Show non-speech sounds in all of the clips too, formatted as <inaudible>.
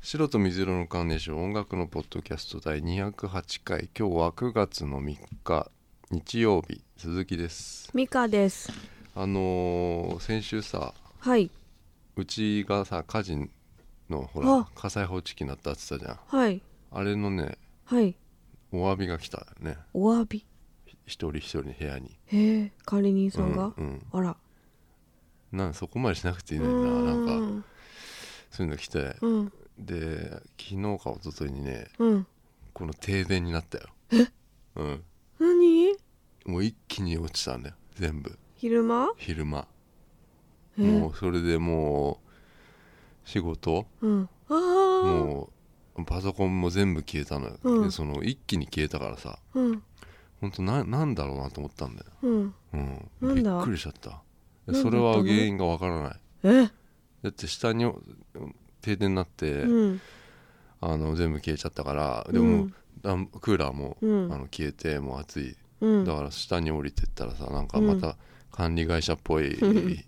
白と水色のカーネーション音楽のポッドキャスト第208回今日は9月の3日日曜日鈴木ですミカです。あのー先週さはい。うちがさ火事のほあら火災報知器になったって言ったじゃんはい。あれのねはい。お詫びが来たねお詫び。一人一人の部屋にへえ、管理人さうんんが、うんあら。なんそこまでしなくていいうのにななんかん。そういうの来てうん。で昨日か一昨日にねうん。この停電になったようん何もう一気に落ちたんだよ全部昼間昼間えもうそれでもう仕事うん。ああ。もうパソコンも全部消えたのよ、うんでその一気に消えたからさうん。ほんとななんだろうなと思ったんだよ、うん。うん、なんだびっくりしちゃったなんだったそのれは原因がわからないえだって下に停電になって、うん。あの全部消えちゃったからでも、あクーラーも、うんあの消えてもう暑いうん。だから下に降りてったらさなんかまた管理会社っぽいうん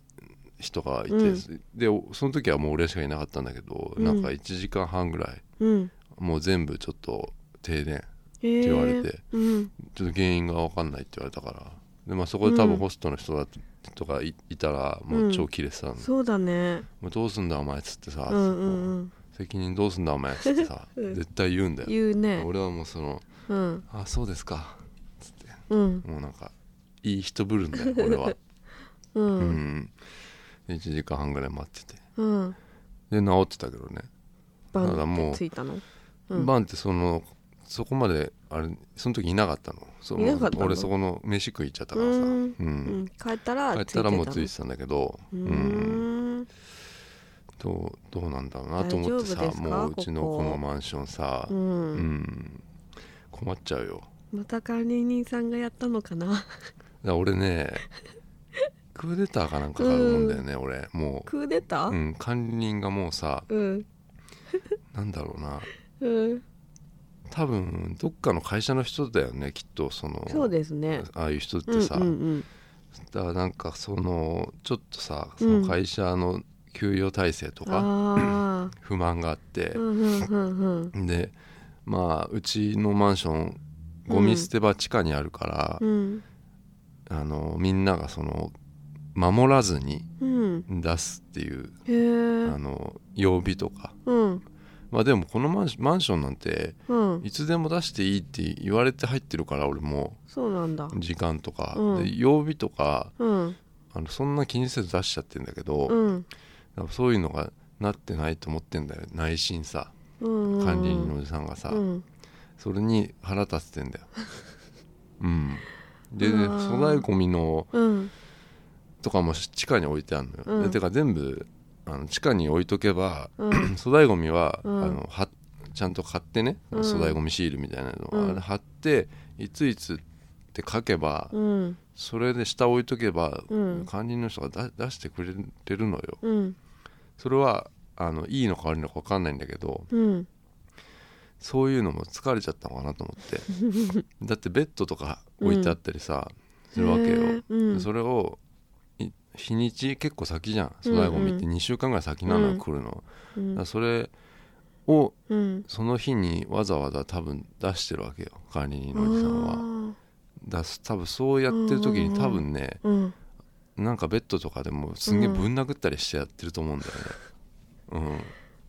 人がいて、うんでおその時はもう俺しかいなかったんだけど、うんなんか1時間半ぐらいうん。もう全部ちょっと停電ええ。って言われて。うん。ちょっと原因が分かんないって言われたからで、まあ、そこで多う分んホストの人だとかいいたらもう超キレてたの、そうだね。もうどうすんだお前っつってさ、うんうんうん。責任どうすんだお前っつってさ、うん絶対言うんだよ言うね。俺はもうそのうん。 「あそうですか」つってうん。もうなんかいい人ぶるんだよ俺は。う。うんん、1時間半ぐらい待っててうん。で治ってたけどね、バただンっもうてついたの。うんバンってそのそこまであれその時いなかったのそのいなかったの俺そこの飯食い行っちゃったからさ、ううんんうん。帰ったら帰っついてたたらもの。うついてたんだけど、ううんーん。どうどうなんだろうなと思ってさ大丈夫ですかもううちのこここのマンションさ、ううんん。困っちゃうよまた管理人さんがやったの <laughs> かなだから俺ねクーデターかなんかがあるもんだよね、俺もクーデタう、うーん、管理人がもうさうんなんだろうなうん多分どっかの会社の人だよねきっとそのそうですねああいう人ってさ、うんうんだからなんかそのちょっとさそうんの会社の給与体制とうん、かああ不満があってう、んうんうんうんでまあうちのマンションゴミ捨て場地下にあるからう、んあのみんながその守らずにうん出すっていう、へえあの曜日とかうんまあでもこのマンシマンションなんてうんいつでも出していいって言われて入ってるから俺もそうなんだ時間とか、うんで曜日とかうんあのそんな気にせず出しちゃってんだけど、うんだからそういうのがなってないと思ってんだよ内心さうん管理人のおじさんがさ、うんそれに腹立ってんだ <laughs> ようんでうねわー粗大ゴミのうんとかも地下に置いてあるのよ、うんでてか全部あの地下に置いとけば、うん粗大ゴミは、うんあのはちゃんと買ってねうん粗大ゴミシールみたいなの、うんあれ貼っていついつって書けば、うんそれで下置いとけば、うん管理の人がだ出してくれてるのようんそれはあのいいのか悪いのか分かんないんだけどうんそういうのも疲れちゃったのかなと思って <laughs> だってベッドとか置いてあったりさ、するわけへよえ、うんそれをい日にち結構先じゃん粗大ゴミっうんて2週間ぐらい先なのうよん来るの、だかうんらそれをうんその日にわざわざ多分出してるわけよ管理人のおじさんはだから多分そうやってる時に多分ね、あーうんなんかベッドとかでもすんげえぶん殴ったりしてやってると思うんだよね、うんうん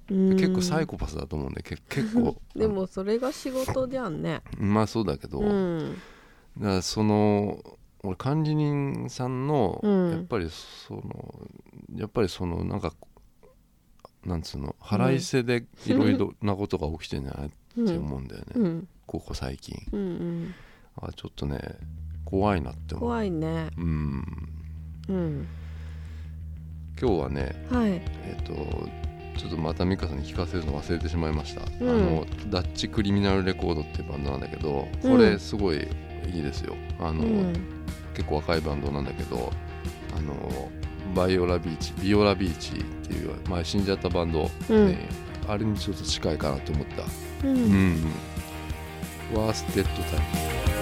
結構サイコパスだと思うんでけ <laughs> 結構でもそれが仕事じゃんねうんまあそうだけど、うんだからその俺管理人さんのうんやっぱりそのやっぱりそのなんかなんつうの腹いせでいろいろなことが起きてんじゃないってうん思うんだよね、うんここ最近うんうんあちょっとね怖いなって思う怖いねうんうん今日はねはいえっとちょっとまた美香さんに聞かせるの忘れてしまいました、うんあのダッチクリミナルレコードっていうバンドなんだけどうんこれすごいいいですよあうの、ん結構若いバンドなんだけどあのバイオラビーチビオラビーチっていう前死んじゃったバンド、うんねあれにちょっと近いかなと思った、ううんんワーステッドタイプ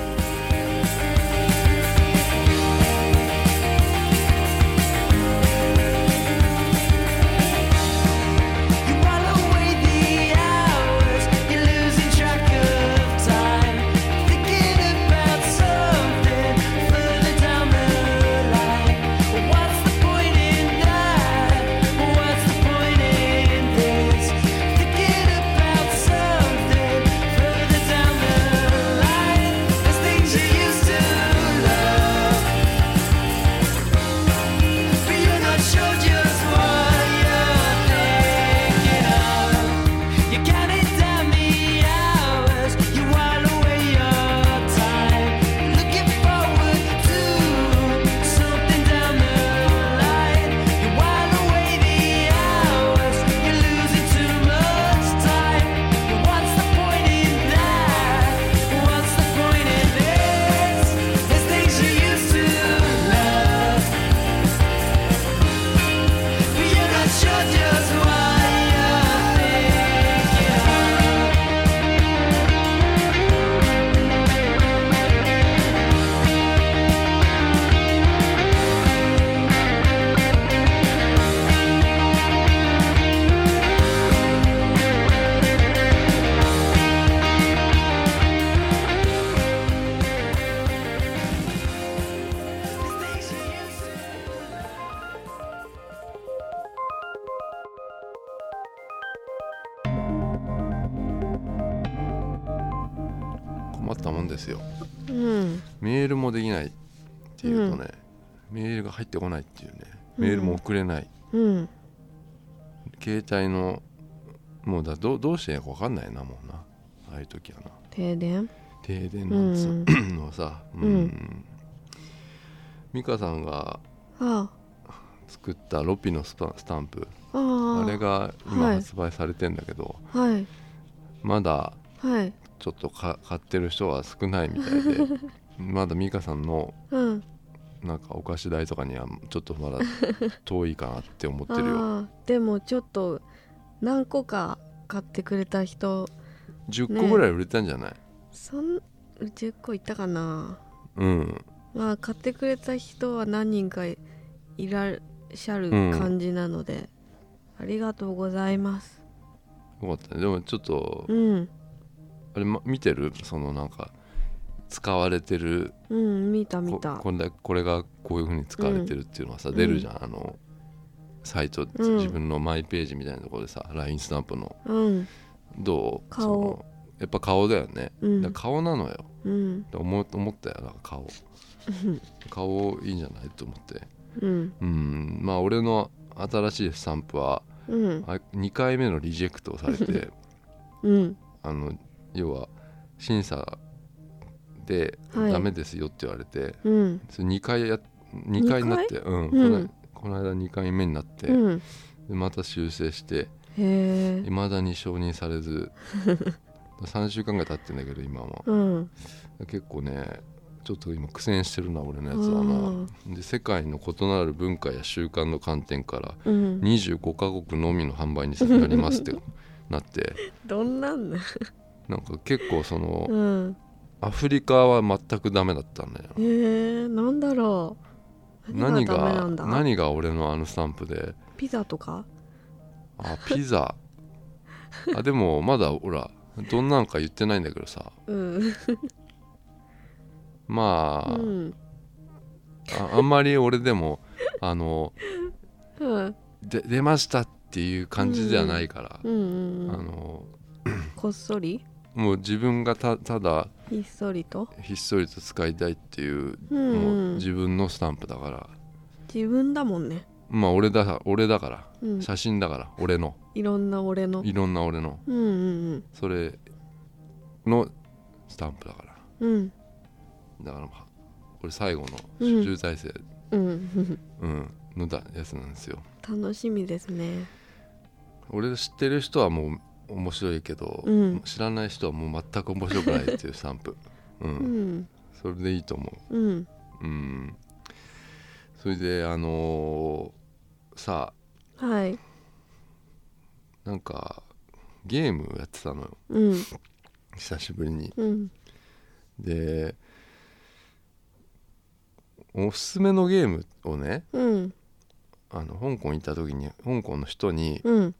You water away the 困ったもんですようんメールもできないっていうとね、メールが入ってこないっていうねメールも送れない、うん携帯のもうだどうどうしていいか分かんないなもうなああいう時はな停電停電うなんつうん <coughs> のさうん、ん美香さんがあ作ったロピのスパスタンプあああれがが今はい発売されてんだけど、はいまだはいちょっとか買ってる人は少ないみた <laughs> いでまだ美香さんのうんなんかお菓子代とかにはちょっとまだ遠いかなって思ってるよああでもちょっと何個か買ってくれた人10個ぐらい売れたんじゃない、そん10個いったかなうんまあ買ってくれた人は何人かいらっしゃる感じなので、ありがとうございますよかったねでもちょっとうんあれ、ま、見てるそのなんか使われてるうん見た見こたこれだこれがこういうふうに使われてるっていうのがさ、ん出るじゃんあのサイト、うん自分のマイページみたいなところでさ LINE スタンプのうんどう顔そのやっぱ顔だよね、うんだから顔なのようんだから思思ったよなんか顔顔いいんじゃないと思ってうんうんまあ俺の新しいスタンプはうんあ2回目のリジェクトをされてうんあの要は審査ではいダメですよって言われて、うんそれ2回や2回になってうん、こうのんこの間2回目になって、うんでまた修正してへえいまだに承認され <laughs> ず3週間ぐらい経ってんだけど今もうん結構ねちょっと今苦戦してるな俺のやつうはんなで世界の異なる文化や習慣の観点からうん25カ国のみの販売になりますってなってどんなんだなんか結構そのうんアフリカは全くダメだったんだよへえなんだろう何何がダメながんだ何が俺のあのスタンプでピザとかあピザ <laughs> あでもまだほらどんなんか言ってないんだけどさうんまうあ,、んああんまり俺でもあのうんで出ましたっていう感じではないから、うんうあんのこっそりもう自分がたただひっそりとひっそりと使いたいっていう,、うんもううん自分のスタンプだから自分だもんねまあ俺だ俺だからうん写真だから俺のいろんな俺のいろんな俺のうんうんそれのスタンプだからうんうんだからまあこれ最後のうん集大成、うん <laughs> うん、のだやつなんですよ楽しみですね俺知ってる人はもう面白いけど、うん知らない人はもう全く面白くないっていうスタンプ、うんうんそれでいいと思うんう、うん、それであのーさはいあなんかゲームやってたのようん久しぶりにうんでおすすめのゲームをねうんあの香港行った時に香港の人にうん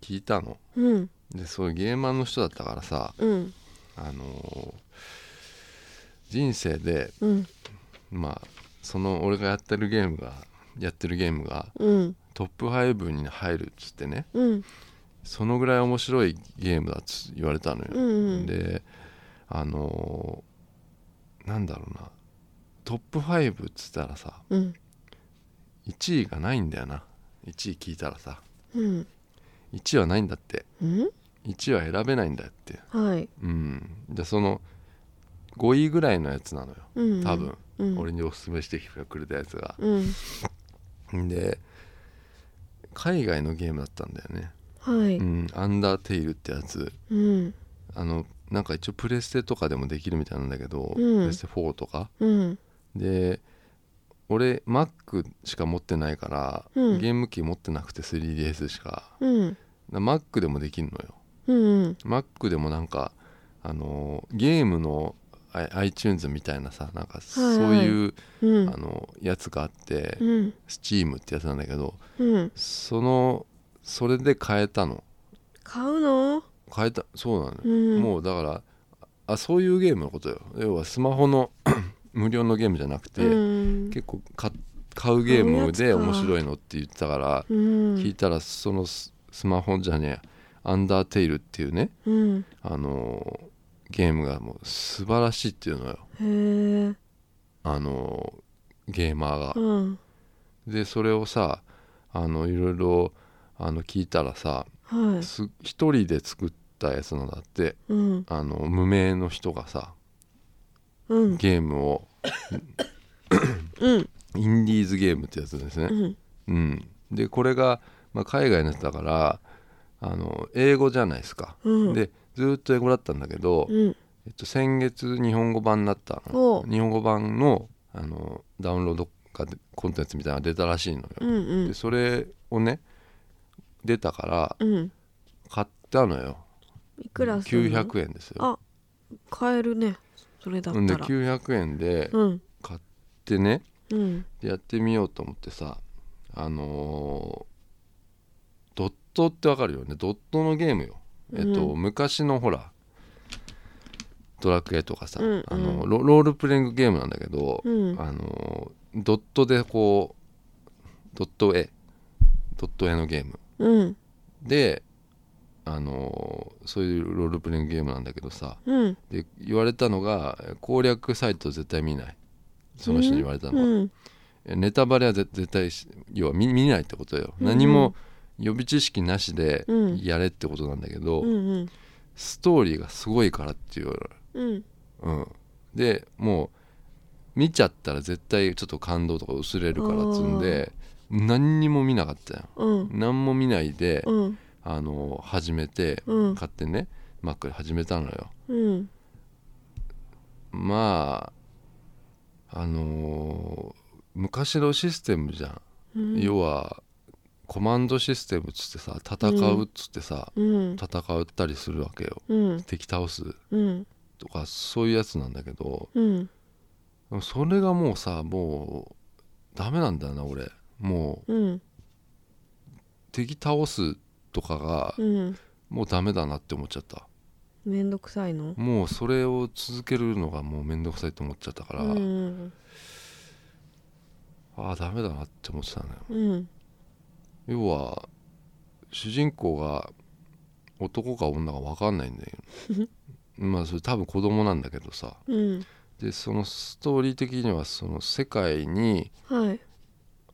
聞いたのうんでそういうゲーマーの人だったからさうんあのー人生でうんまあその俺がやってるゲームがやってるゲームがうんトップ5に入るっつってねうんそのぐらい面白いゲームだっつ言われたのよ、うんであのーなんだろうなトップ5っつったらさうん1位がないんだよな1位聞いたらさうん1位はないんだってうん1位は選べないんだってはいうんでその5位ぐらいのやつなのようん多分、うん俺におすすめしてくれたやつが、うんんで海外のゲームだったんだよね、はいうん、アンダーテイルってやつうんあのなんか一応プレステとかでもできるみたいなんだけど、うんプレステ4とかうんで俺 Mac しか持ってないから、うんゲーム機持ってなくて 3DS しかうんだ Mac でもできるのようん Mac でもなんかあのゲームのあ iTunes みたいなさなんかそういう、うんあのやつがあって、うん Steam ってやつなんだけど、うんそのそれで変えたの買うの変えたそうなのよ、うんもうだからあそういうゲームのことよ要はスマホの <clears throat> 無料のゲームじゃなくて、うん結構買買うゲームでそういうやつか面白いのって言ってたから、うん聞いたらそのススマホじゃねえアンダーテイルっていうねうんあのーゲームがもう素晴らしいっていうのよへえあのゲーマーがう。んでそれをさあのいろいろあの聞いたらさはいす一人で作ったやつなんだってうんあの無名の人がさうんゲームをうんインディーズゲームってやつですねう。んうん、でこれが、まあ、海外のやつだからあの英語じゃないですか。うんでずっと英語だったんだけど、うんえっと、先月日本語版になったおのう日本語版のあのダウンロードがコンテンツみたいなのが出たらしいのよ、うんうんでそれをね出たからうん買ったのよいくらするの900円ですよあ買えるねそれだっうんでたら900円でうん買ってねうんでやってみようと思ってさあのードットってわかるよねドットのゲームよえっと、う昔のほらドラクエとかさ、うんうんあのロロールプレイングゲームなんだけど、うんあのードットでこうドット絵ドット絵のゲームうんであのーそういうロールプレイングゲームなんだけどさうんで言われたのがえ攻略サイト絶対見ないその人に言われたのは、うんえネタバレはぜ絶対し要は見見ないってことよ、うん何も予備知識なしでうんやれってことなんだけど、うんうんストーリーがすごいからっていうのうんうん、でもう見ちゃったら絶対ちょっと感動とか薄れるからっつうんで何にも見なかったようん何も見ないで、うんあの始めて、うん買ってね Mac で始めたのようんまああのー昔のシステムじゃん、うん要はコマンドシステムっつってさ戦うっつってさ、うん戦ったりするわけようん敵倒すうんとかそういうやつなんだけどうんでもそれがもうさもうダメなんだよな俺もううん敵倒すとかがうんもうダメだなって思っちゃっためんどくさいのもうそれを続けるのがもうめんどくさいと思っちゃったから、うんああダメだなって思ってたのようん要は主人公が男か女か分かんないんだよ <laughs> まあそれ多分子供なんだけどさうんでそのストーリー的にはその世界にはい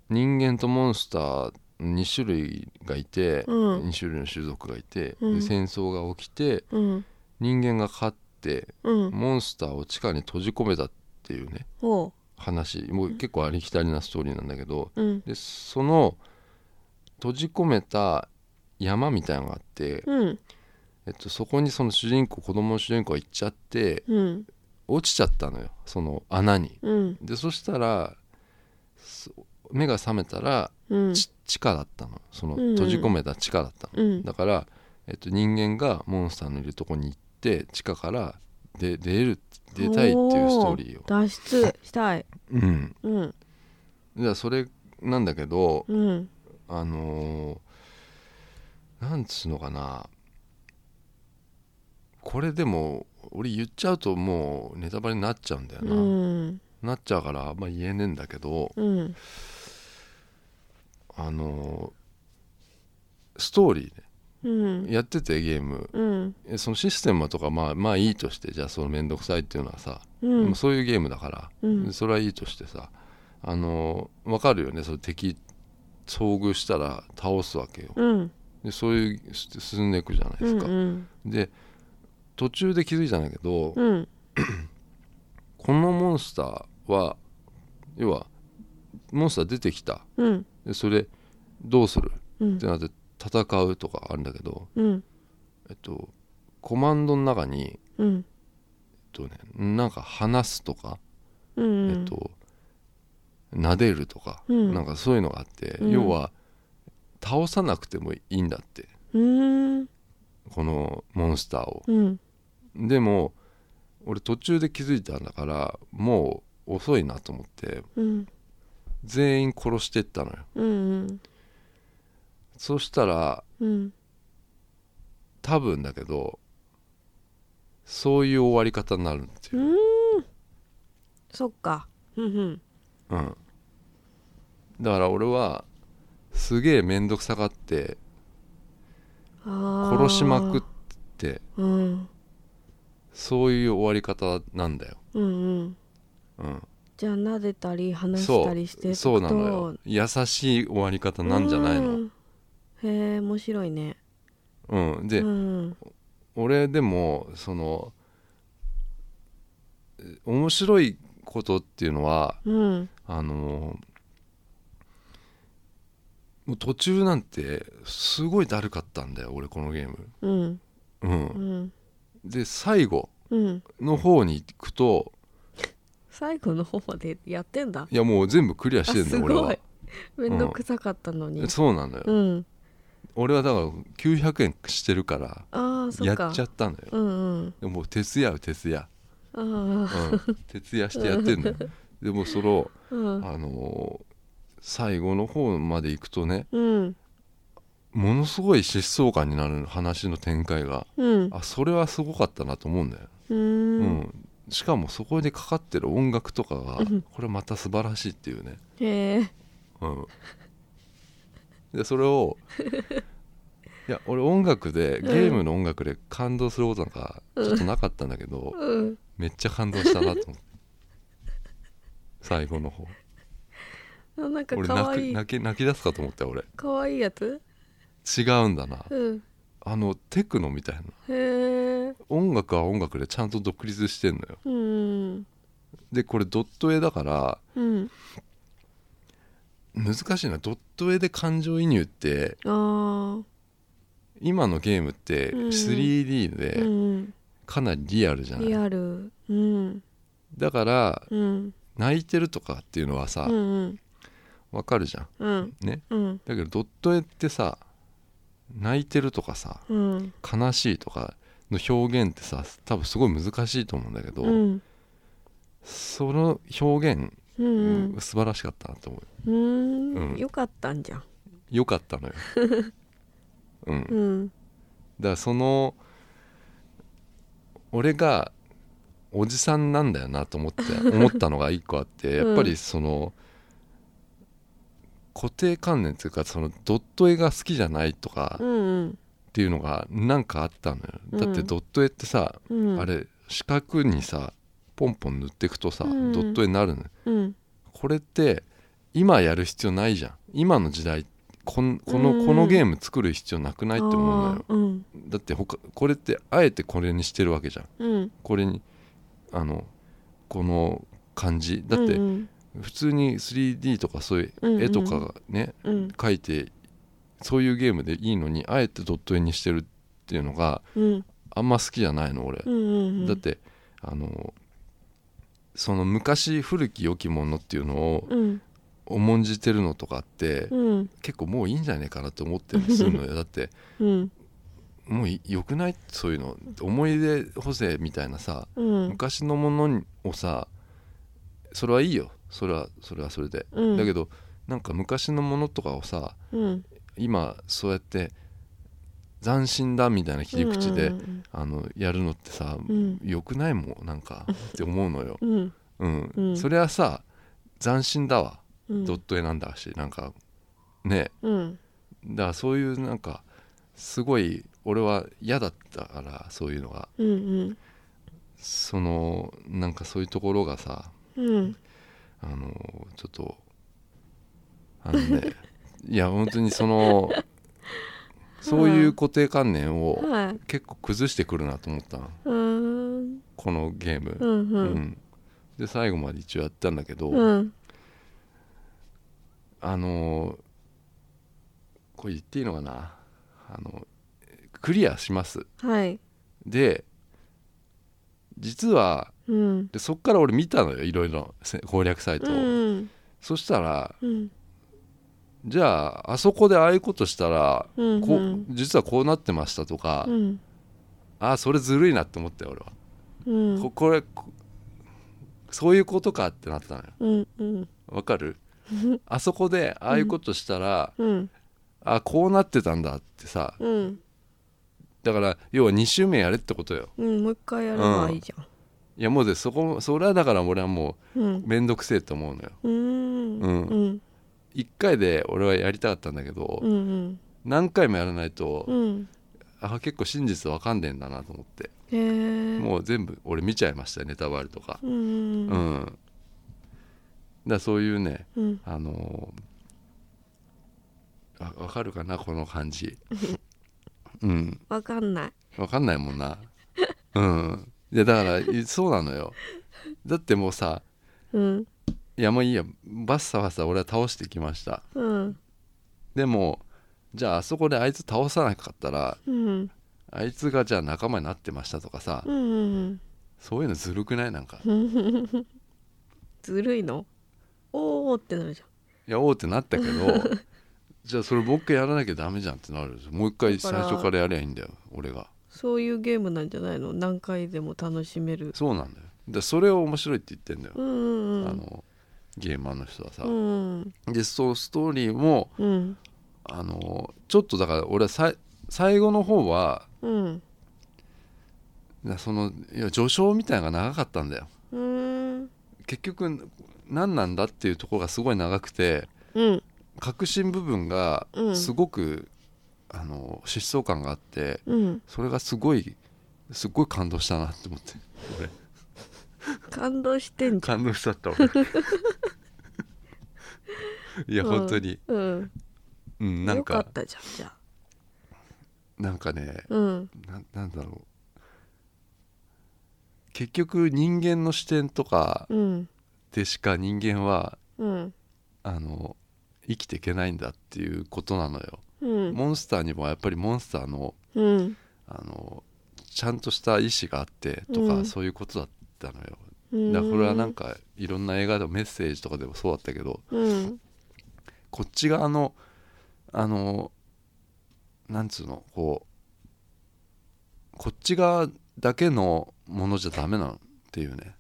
人間とモンスター2種類がいて、うん2種類の種族がいて、うでん戦争が起きてうん人間が勝ってうんモンスターを地下に閉じ込めたっていうねおう話もう結構ありきたりなストーリーなんだけどうんでその閉じ込めた山みたいなのがあって、うんえっと、そこにその主人公子供の主人公が行っちゃってうん落ちちゃったのよその穴に。うんでそしたらそ目が覚めたらうんち地下だったのそのうんうん閉じ込めた地下だったの、うんだから、えっと、人間がモンスターのいるとこに行って地下からで出る出たいっていうストーリーよお、脱出したいうん、うんだからそれなんだけどうんあのーなんつうのかなこれでも俺言っちゃうともうネタバレになっちゃうんだような、んなっちゃうからあんま言えねえんだけどうんあのーストーリうーんねやっててゲームうんえそのシステムとかまあまあいいとしてじゃあその面倒くさいっていうのはさ、うんでもそういうゲームだから、うんそれはいいとしてさあのーわかるよねその敵遭遇したら倒すわけようんでそういうす進んでいくじゃないでうすんか、うんで途中で気づいたんだけど、うんこのモンスターは要はモンスター出てきたうんでそれどうするうんってなって戦うとかあるんだけど、うんえっと、コマンドの中に、えっうんとね、なんか話すとか、うんえっと、撫でるとか、うんなんかそういうのがあって、うん要は倒さなくてもいいんだってうんこのモンスターを。うんでも俺途中で気づいたんだからもう遅いなと思ってうん全員殺してったのようんそしたらうん多分だけどそういう終わり方になるっていう、そっかうんうん、だから俺はすげえ面倒くさがってうん殺しまくってうんそういう終わり方なんだよ、うんうんうん、じゃあ撫でたり話したりしていくとそうなのよ優しい終わり方なんじゃないのうんへえ面白いねうん、で、うん俺でもそのえ面白いことっていうのはうんあのもう途中なんてすごいだるかったんだよ俺このゲーム、うんう、うんんで最後うんの方に行くと最後の方までやってんだいやもう全部クリアしてんあすだよ俺ごはいめんどくさかったのにそうなのよ、うん俺はだから900円してるからああそやっっかちゃったのようんうんでももう徹夜よ徹夜、ああうん徹夜してやってん <laughs> のよでもそのうんあのー最後の方まで行くとねうんものすごい疾走感になる話の展開がうんあそれはすごかったなと思うんだよ、ううんんしかもそこにかかってる音楽とかがうんこれまた素晴らしいっていうね、へえうん、でそれをいや俺音楽でゲームの音楽で感動することなんかちょっとなかったんだけど、うんめっちゃ感動したなと思って <laughs> 最後の方あなんか俺可泣愛いく泣け泣き出すかと思ったよ俺可愛いやつ違うんだなうんあのテクノみたいなへえ音楽は音楽でちゃんと独立してんのようんでこれドット絵だからうん難しいなドット絵で感情移入ってあ今のゲームってうん 3D あうでんかなりリアルじゃない、リアルうんだからうん泣いてるとかっていうのはさうんうんわかるじゃんうんねうんだけどドット絵ってさ泣いてるとかさうん悲しいとかの表現ってさ多分すごい難しいと思うんだけど、うんその表現、うん素晴らしかったなと思ううんうんよかったんじゃんよかった <laughs> のよ、うん、だかうんらその俺がおじさんなんだよなと思って思ったのが一個あってやっぱりその、固定観念というかそのドット絵が好きじゃないとかうっんていうのがなんかあったのよだってうんドット絵ってさ、うんうんあれ四角にさポンポン塗っていくとさ、うんドット絵になるのようんこれって今やる必要ないじゃん今の時代こんこの、うんこのゲーム作る必要なくないって思うのよあーうんだって他これってあえてこれにしてるわけじゃんうんこれにあのこの感じだっうてん普通に 3D とかそういうんううん絵とかがね、うん描いてそういうゲームでいいのにあえてドット絵にしてるっていうのがうんあんま好きじゃないの俺、うんうんうんだってあのその昔古き良きものっていうのをうん重んじてるのとかってうん結構もういいんじゃねえかなって思ってするの <laughs> よだってうんもうい良くないそういうの思い出補正みたいなさうん昔のものをさそれはいいよそれはそれはそれで、うんだけどなんか昔のものとかをさうん今そうやって斬新だみたいな切り口で、うんあのやるのってさ、うん良くないもんなんかって思うのよ、うんうんうんそれはさ斬新だわ、うんドット絵なんだしなんかねうんだからそういうなんかすごい俺は嫌だったからそういうのがうんそのなんかそういうところがさうんあのちょっとあのね <laughs> いや本当にそのそういう固定観念をうんはい結構崩してくるなと思ったのうーんこのゲーうム、んううんで最後まで一応やったんだけど、うんあのこれ言っていいのかなあのクリアしますはいで実はうんでそっから俺見たのよいろいろせ攻略サイうトを、んそしたらうんじゃああそこでああいうことしたら、うんこうん実はこうなってましたとか、うんああそれずるいなって思ったよ俺は、うんここれこそういうことかってなったのようんうんわかるあそこでああいうことしたら、うんああこうなってたんだってさうんだから要は2周目やれってことようんもう一回やればいいじゃいんやもうでそこそれはだから俺はもうんうめんどくせえと思うのようーんうんうん1回で俺はやりたかったんだけど、うんうん何回もやらないと、うんあ結構真実わかんねえんだなと思ってへえもう全部俺見ちゃいましたよネタバレとかううんうん、だからそういうねうんあのー、わわかるかなこの感じうんわかんないわかんないもんなうんいやだからいそうなのよだってもうさうんいやもういいやバッサバッサ俺は倒してきましたうんでもじゃああそこであいつ倒さなかったらうんあいつがじゃあ仲間になってましたとかさ、うんうんそういうのずるくないなんかうんずるいのおおってなるじゃんいやおうってなったけど <laughs> じゃあそれもう一回やらなきゃダメじゃんってなるでしょもう一回だ最から初からやりゃいいんだよ俺がそういうゲームなんじゃないの何回でも楽しめるそうなんだよでそれを面白いって言ってんだよ、うんうんうんあのゲーマーの人はさう、んでそうストーリーもうんあのちょっとだから俺はさい最後の方はうんなそのいや序章みたいなのが長かったんだようん結局何なんだっていうところがすごい長くてうん核心部分がうんすごく、あの疾走感があってうんそれがすごいすっごい感動したなって思って俺感動してんじ感動しちゃった俺 <laughs> いやうん本当に、ゃんうんうん、なよんかかったじゃんじゃあなんかねうんななんだろう結局人間の視点とかうんでしか人間はうんあの生きていけないんだっていうことなのよ、うんモンスターにもやっぱりモンスターのうんあのちゃんとした意志があってとか、うんそういうことだったのようんだからこれはなんかいろんな映画でもメッセージとかでもそうだったけどうんこっち側のあのなんつうのこうこっち側だけのものじゃダメなのっていうね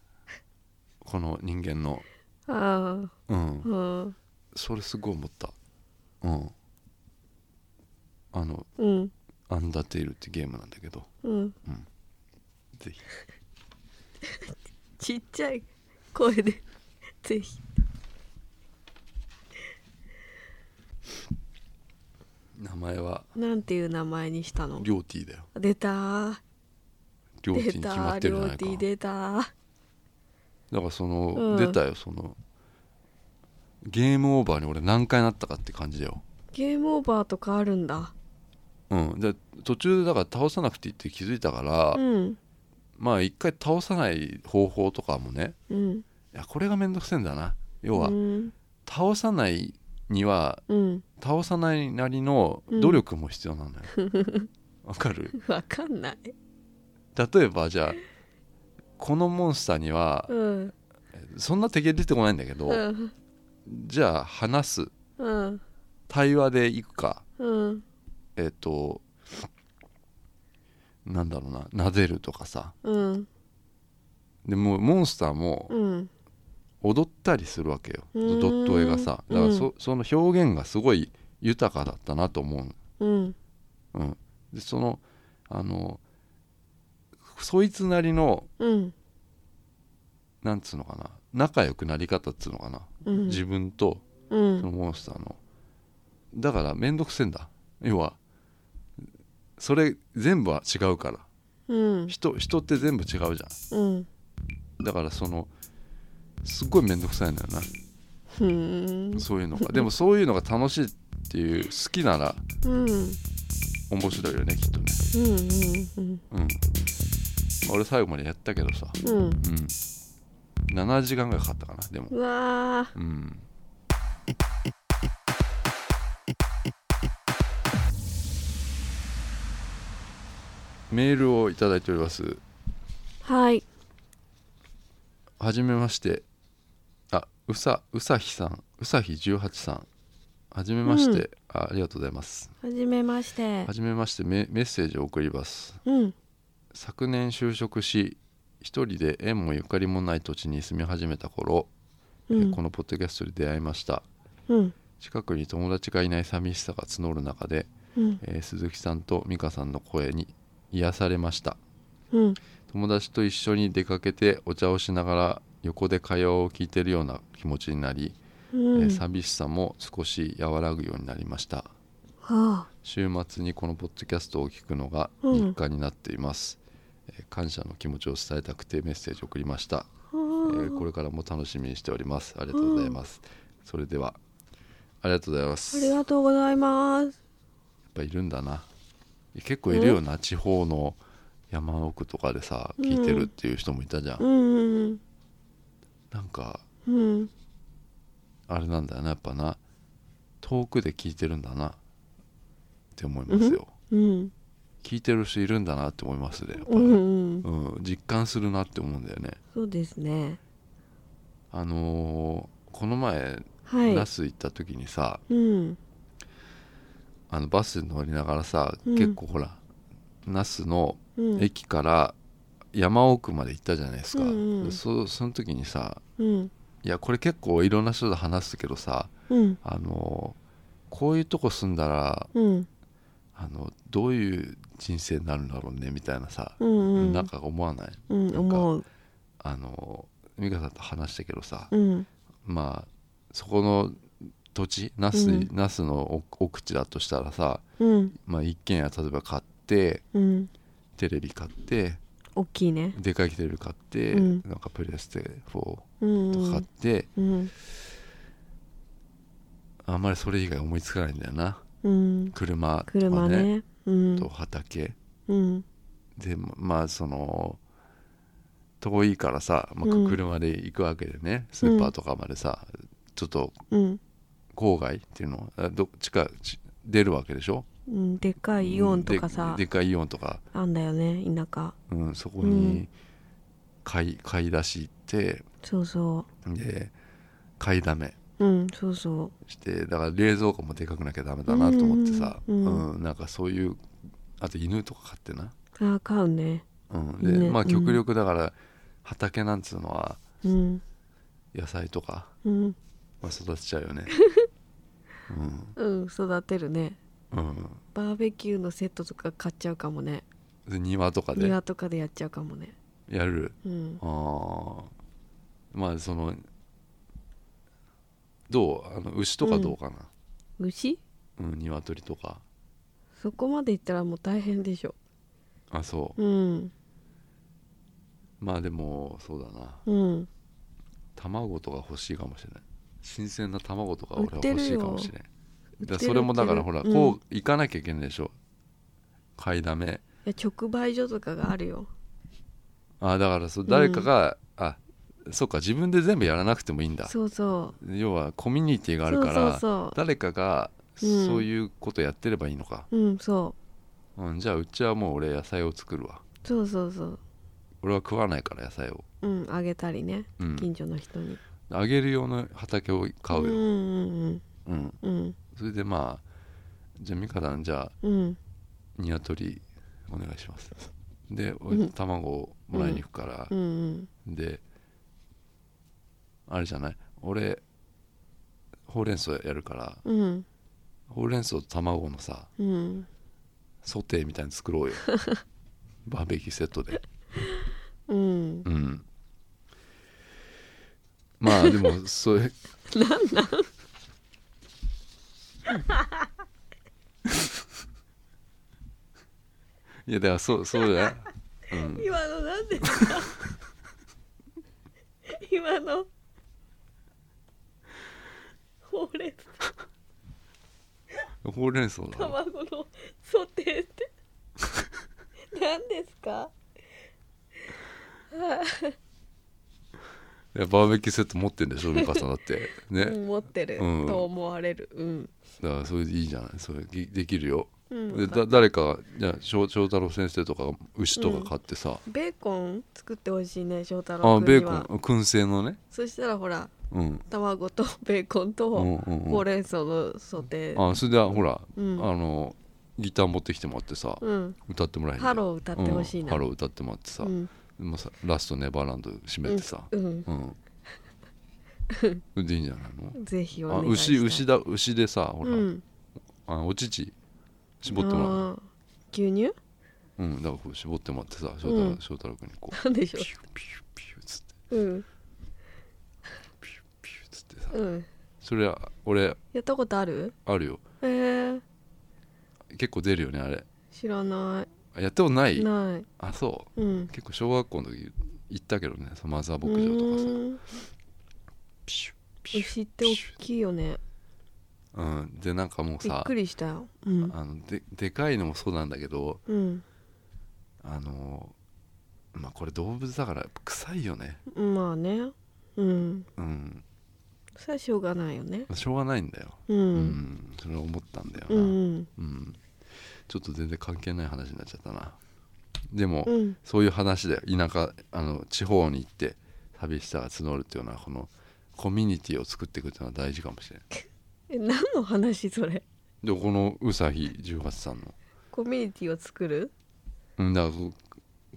この人間のあうんあうんそれすごい思ったうんあのうん「アンダーテイル」ってゲームなんだけどうんぜひちっちゃい声でぜひ名前はなんていう名前にしたのリョーティーだよ出たーリョーティ出ーにた決まっーてりるょじゃなういかてぃ出たーだからその、うん出たよそのゲームオーバーに俺何回なったかって感じだよゲームオーバーとかあるんだうん、で途中でだから倒さなくていいって気づいたから、うんまあ一回倒さない方法とかもねうんいやこれがめんどくせえんだな要は、うん倒さないにはうん倒さないなりの努力も必要な <laughs> のよわ、かるわかんない例えばじゃあこのモンスターにはうんそんな敵出てこないんだけど、うんじゃあ話すうん対話でいくかうんえっ、となんだろうな撫でるとかさうんでもうモンスターも、うん踊ったりするわけようドーんット絵がさだからそ,、うその表現がすごい豊かだったなと思うんう、うん、でそのあのそいつなりのうんなんつうのかな仲良くなり方っつうのかな、うん自分とうそのんモンスターのだから面倒くせえんだ要はそれ全部は違うからうん人人って全部違うじゃうんんだからそのすっごい面倒くさいんだよなうんそういうのがでもそういうのが楽しいっていう好きならうんうん面白いよねきっとねうんうん俺最後までやったけどさうんうん7時間ぐらいかかったかなでもうわうんメールをいただいておりますーはいはじめましてあうさうさひさんうさひ18さんはじめまして、うんあありがとうございますはじめましてはじめましてメメッセージを送りますうん昨年就職し一人で縁もゆかりもない土地に住み始めた頃、うえんこのポッドキャストで出会いましたうん近くに友達がいない寂しさが募る中で、うんえー鈴木さんと美香さんの声に癒されましたうん友達と一緒に出かけてお茶をしながら横で会話を聞いているような気持ちになり、うえーん寂しさも少し和らぐようになりましたはあ週末にこのポッドキャストを聞くのがうん日課になっています、えー感謝の気持ちを伝えたくてメッセージを送りました、えーこれからも楽しみにしておりますありがとうございます、それではありがとうございまあすりやっがとうございますぱいるんだな結構いるよな、地方の山奥とかでさ聞いてるっていう人もいたじゃん、うんうんなんかうんあれなんだよなやっぱな遠くで聞いてるんだなって思いますよ、うん聞いてる人いるんだなって思いますねやっぱね、うんうんうん、実感するなって思うんだよねそうですねあのーこの前はい那須行った時にさ、うんあのバス乗りながらさ、うん結構ほら那須のうん駅から山奥まで行ったじゃないですか、うんうんそその時にさうんいやこれ結構いろんな人と話すけどさうんあのーこういうとこ住んだらうんあのどういう人生になるんだろうねみたいなさ、うんなんか思わないうん思うあの美香さんと話したけどさ、うんまあそこの土地那須,、うん那須の奥奥地だとしたらさ、うんまあ、一軒家例えば買ってうんテレビ買って大きいねでかいテレビ買って、うんなんかプレステ4とうんうか買っんて、うんあんまりそれ以外思いつかないんだよなうん車とか車ねねうんと畑うんでまあその遠いからさ、まうんあ、車で行くわけでね、スーパーとかまでさちょっとうん郊外っていうのあどっちかち出るわけでしょうんでっかいイオンとうかんさででかいイオンとか、あんだよね田舎うん、そこうにん買い買い出し行ってそうそで買いだめううんそうそしてだから冷蔵庫もでかくなきゃダメだなと思ってさ、ううんんなんかそういうあと犬とか飼ってな、うああ買うねうん、で、ねまあうん極力だから畑なんつうのはうん野菜とか、うんまあ、育てちゃうよ <laughs> ねうん育てるねうん、うん、バーベキューのセットとか買っちゃうかもねで庭とかで庭とかでやっちゃうかもねやるうんあーまあそのどうあの牛とかどうかな、牛うん鶏とかそこまで行ったらもう大変でしょあそううんまあでもそうだなうん卵とか欲しいかもしれない新鮮な卵とか売俺っはて欲るよしいかもしれないだから売ってるそれもだから売っほてるら、うんこう行かなきゃいけないでしょ買いだめいや直売所とかがあるよあだからそう誰かが、あそっか自分で全部やらなくてもいいんだそうそう要はコミュニティがあるからそうそうそ誰かがうんそういうことやってればいいのか、ううんそうん、じゃあうちはもう俺野菜を作るわうそうそうそう俺は食わないから野菜を、うんあげたりねうん、近所の人にあげる用の畑を買ううんよ、うんうんうんうんそれでまあじゃあ美香さんじゃあうん鶏お願いしますでう俺ん卵をもらいに行くからう、んであれじゃない俺ほうれん草やるからうんうんほうれん草と卵のさうんソテーみたいに作ろ <laughs> うよバーベキューセットでうんうんまあでもそれなんなん <laughs> いやだからそうそうだよ、うん、今のな <laughs> んですか今のほうれん草ほうれん草だろ卵のソテーって <laughs> 何ですかいやバーベキューセット持ってんでしょ美香さんだ <laughs> ってね、持ってるうんと思われるうん、だからそれでいいじゃないそれでできるよ、うんでだ誰かがじゃあ翔翔太郎先生とか牛とか買ってさ、ベーコン作ってほしいね翔太あ郎ベ君にーコはン燻製のねそしたらほらうん卵とベーコンとうんうんうんほうれん草のソテーあそれでほら、うんあのギター持ってきてもらってさ、うん歌ってもらえんだハよロー歌ってほしいうんなハロー歌ってもらってさ,、うんもうさラストネバーランド締めてさうんうん、そ <laughs> れでいいんじゃないのぜひおあ願い牛したい牛だ牛でさほら、うんあお乳絞ってもらうのあー牛乳 <laughs> うん、だからこう絞ってもらってさ翔太,、うん翔太郎君に <laughs> こうなんでしょピューピューピューっつってううんピューピューっつってさうんそれは俺やったことあるあるよえー、結構出るよねあれ知らなあやったことないいないあそううん結構小学校の時行ったけどねそのマザー牧う場とかさーんピシュピシュ牛って大きいよねうんでなんかもうびっさくりしたようんあのででかいのもそうなんだけどうんあのまあこれ動物だから臭いよねまあねうんうんそれはしょうがないよねしょうがないんだよううんんそれ思ったんだよなうんうんうんちょっと全然関係ない話になっちゃったなでも、うんそういう話で田舎あの地方に行って旅したら募るっていうのはこのコミュニティを作っていくっていうのは大事かもしれないえ何の話それでこのうさひ18さんのコミュニティを作るうんだからこ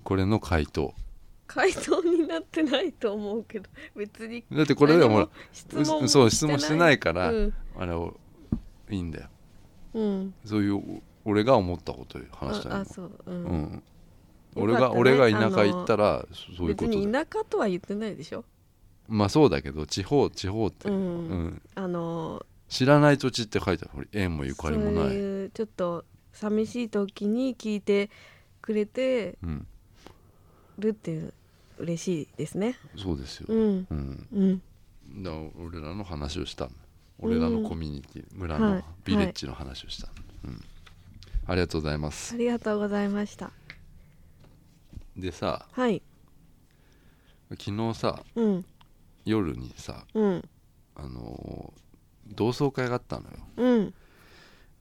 これの回答回答になってないと思うけど別にだってこれでもほら質う問もそう質問してないいから、うんあれをいいんだようんそういうお俺が思ったことを話したいのああそうう、うんんたね俺が俺が田舎行ったらそそういう別ことだによ田舎とは言ってないでしょまあそうだけど地方地方って、う、うんん、あの知らない土地って書いてある縁もゆかそりうもないいうちょっと寂しい時に聞いてくれてうん、るっていう嬉しいですねそうですよ、うんうんうんだから俺らの話をしたの俺らのコミュニティ、村はのいビレッジの話をしたの、うん、ありがとうございますあ、りがとうございましたでさはい昨日さうん夜にさうんあのー同窓会があったのようん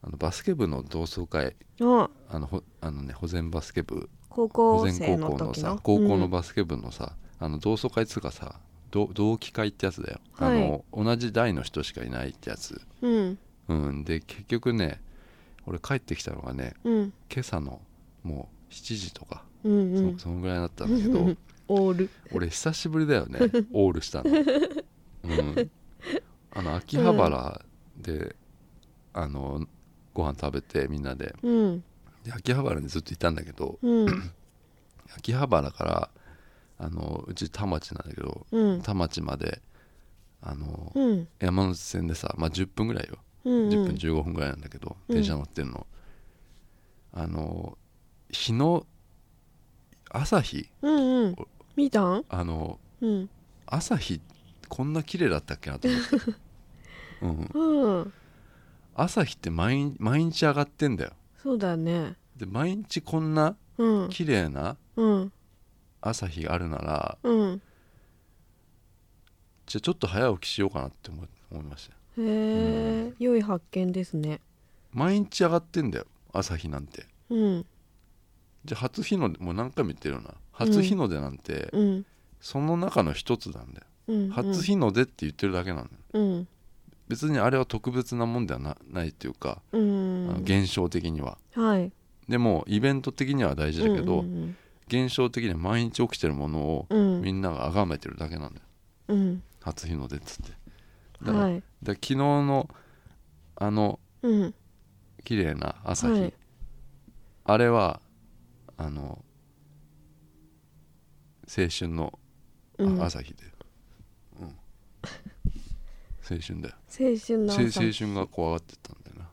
あのバスケ部の同窓会ああのほあのね保全バスケ部高保校全高生の校の時さの高校の場バスケ部のさ、あの同窓会っつうかさ同同期会ってやつだよ、はいあの同じ代の人しかいないってやつうんうんで結局ね俺帰ってきたのがねうん今朝のもう7時とか、うんうそんそのぐらいだったんだけ <laughs> どオール俺久しぶりだよ <laughs> ねオールしたの、うん、あの秋葉原で、あのご飯食べてみんなでうんで秋葉原にずっといたんだけどうん秋葉原からあのうち田町なんだけどうん田町まであのうん山手線でさ、まあ、10分ぐらいようん10分15分ぐらいなんだけど、うん電車乗ってるのあの日の朝日うんうん見たんあのうん朝日こんな綺麗だったっけなと思って <laughs> うん、うん朝日って毎日毎日上がってんだよそうだねで毎日こんなうん綺麗なうん朝日があるならうんじゃあちょっと早起きしようかなって思い思いましたよへえ良い発見ですね毎日上がってんだよ朝日なんてうんじゃあ初日の出もう何回も言ってるよな初日の出なんてうんその中の一つなんだようん初日の出って言ってるだけなんだようん別にあれは特別なもんではなないっていうか、うあんの現象的にははいでもイベント的には大事だけど、うん現象的には毎日起きてるものをうんみんなが崇めてるだけなんだようん初日の出っつってうだんから,、はい昨日のあのうん綺麗な朝日、はいあれはあの青春のあうん青朝日で、うん、青春 <laughs> だよ春のせ朝青春がこう上がってったんだよな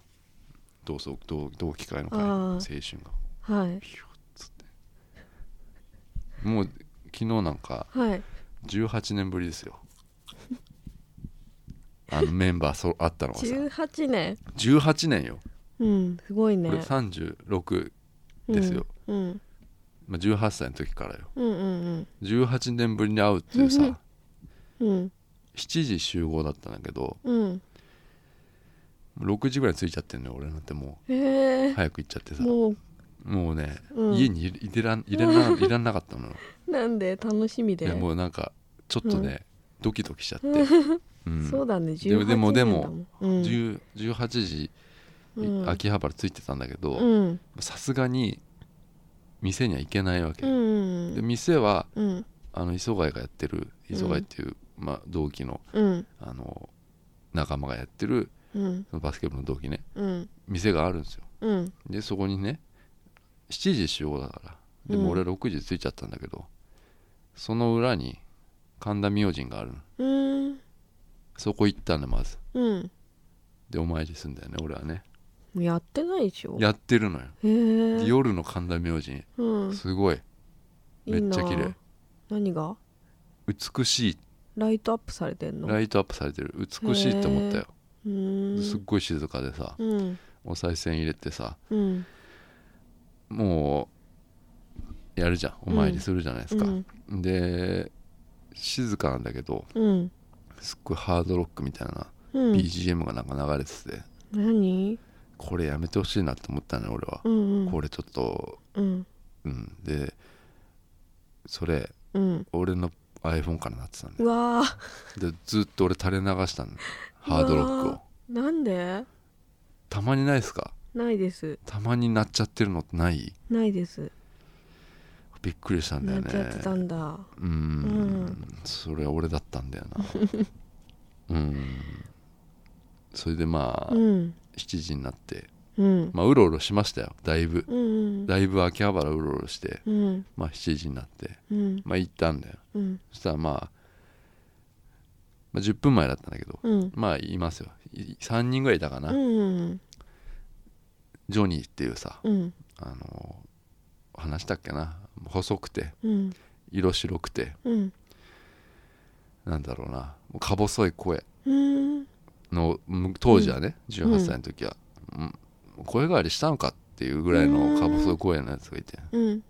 同窓同同期会の会あでー青春がはいピュッつってもう昨日なんかはい18年ぶりですよあのメンバーそあったのがさ18年18年ようんすごいね俺36ですよ、うんまあ、18歳の時からようんうん18年ぶりに会うっていうさうんうん7時集合だったんだけどうん6時ぐらい着いちゃってんのよ俺なんてもへえう早く行っちゃってさもうもうね、うん家に入れらん入れな <laughs> 入らなかったのよなんで楽しみいでやもうなんかちょっとね、ドキドキしち <laughs> ゃって、うんそうだね18でもでもでも年だん10 18時、うん秋葉原着いてたんだけうどんさすがに店には行けないわけ、うんで店はうんあの磯貝がやってるうん磯貝っていう、まあ、同期のうんあの仲間がやってるうんそのバスケ部の同期ねうん店があるんですようんでそこにね7時集合だからでも俺う6時着いちゃったんだけど、その裏に神田明神があるのうんそこ行ったんだまずうんでお参りすんだよね俺はねもうやってないでしょやってるのよへでえ、夜の神田明神うん、すごいめっちゃいい綺な麗何が美しいライトアップされてんのライトアップされてる美しいって思ったようーんすっごい静かでさうんお賽銭入れてさうんもうやるじゃんお参りするじゃないですか、で静かなんだけどうんすっごいハードロックみたいなうん、うん、 BGM がなんか流れてて、何これやめてほしいなって思ったね俺は、うんうんこれちょっとうんうんでそれうん俺の iPhone からなってたんだうよわーでずっと俺垂れ流したんだハードロックうをわなんでたまにないですかないですたまになっちゃってるのってないないですびっくりしたんだなよっねちゃってたんだうーんうんそれは俺だったんだよなうーんそれでまあ、うん7時になってうんまあうろうろしましたよだいぶうんだいぶ秋葉原うろうろしてうんまあ7時になってうんまあ行ったんだようんそしたらまあ、まあ、10分前だったんだけどうんまあいますよ3人ぐらいいたかな、うんジョニーっていうさうんあの話したっけな細くてうん色白くてうんなんだろうなもうか細い声うんのむ当時はね、18歳の時は、うん声変わりしたのかっていうぐらいのか細い声のやつがいて、うん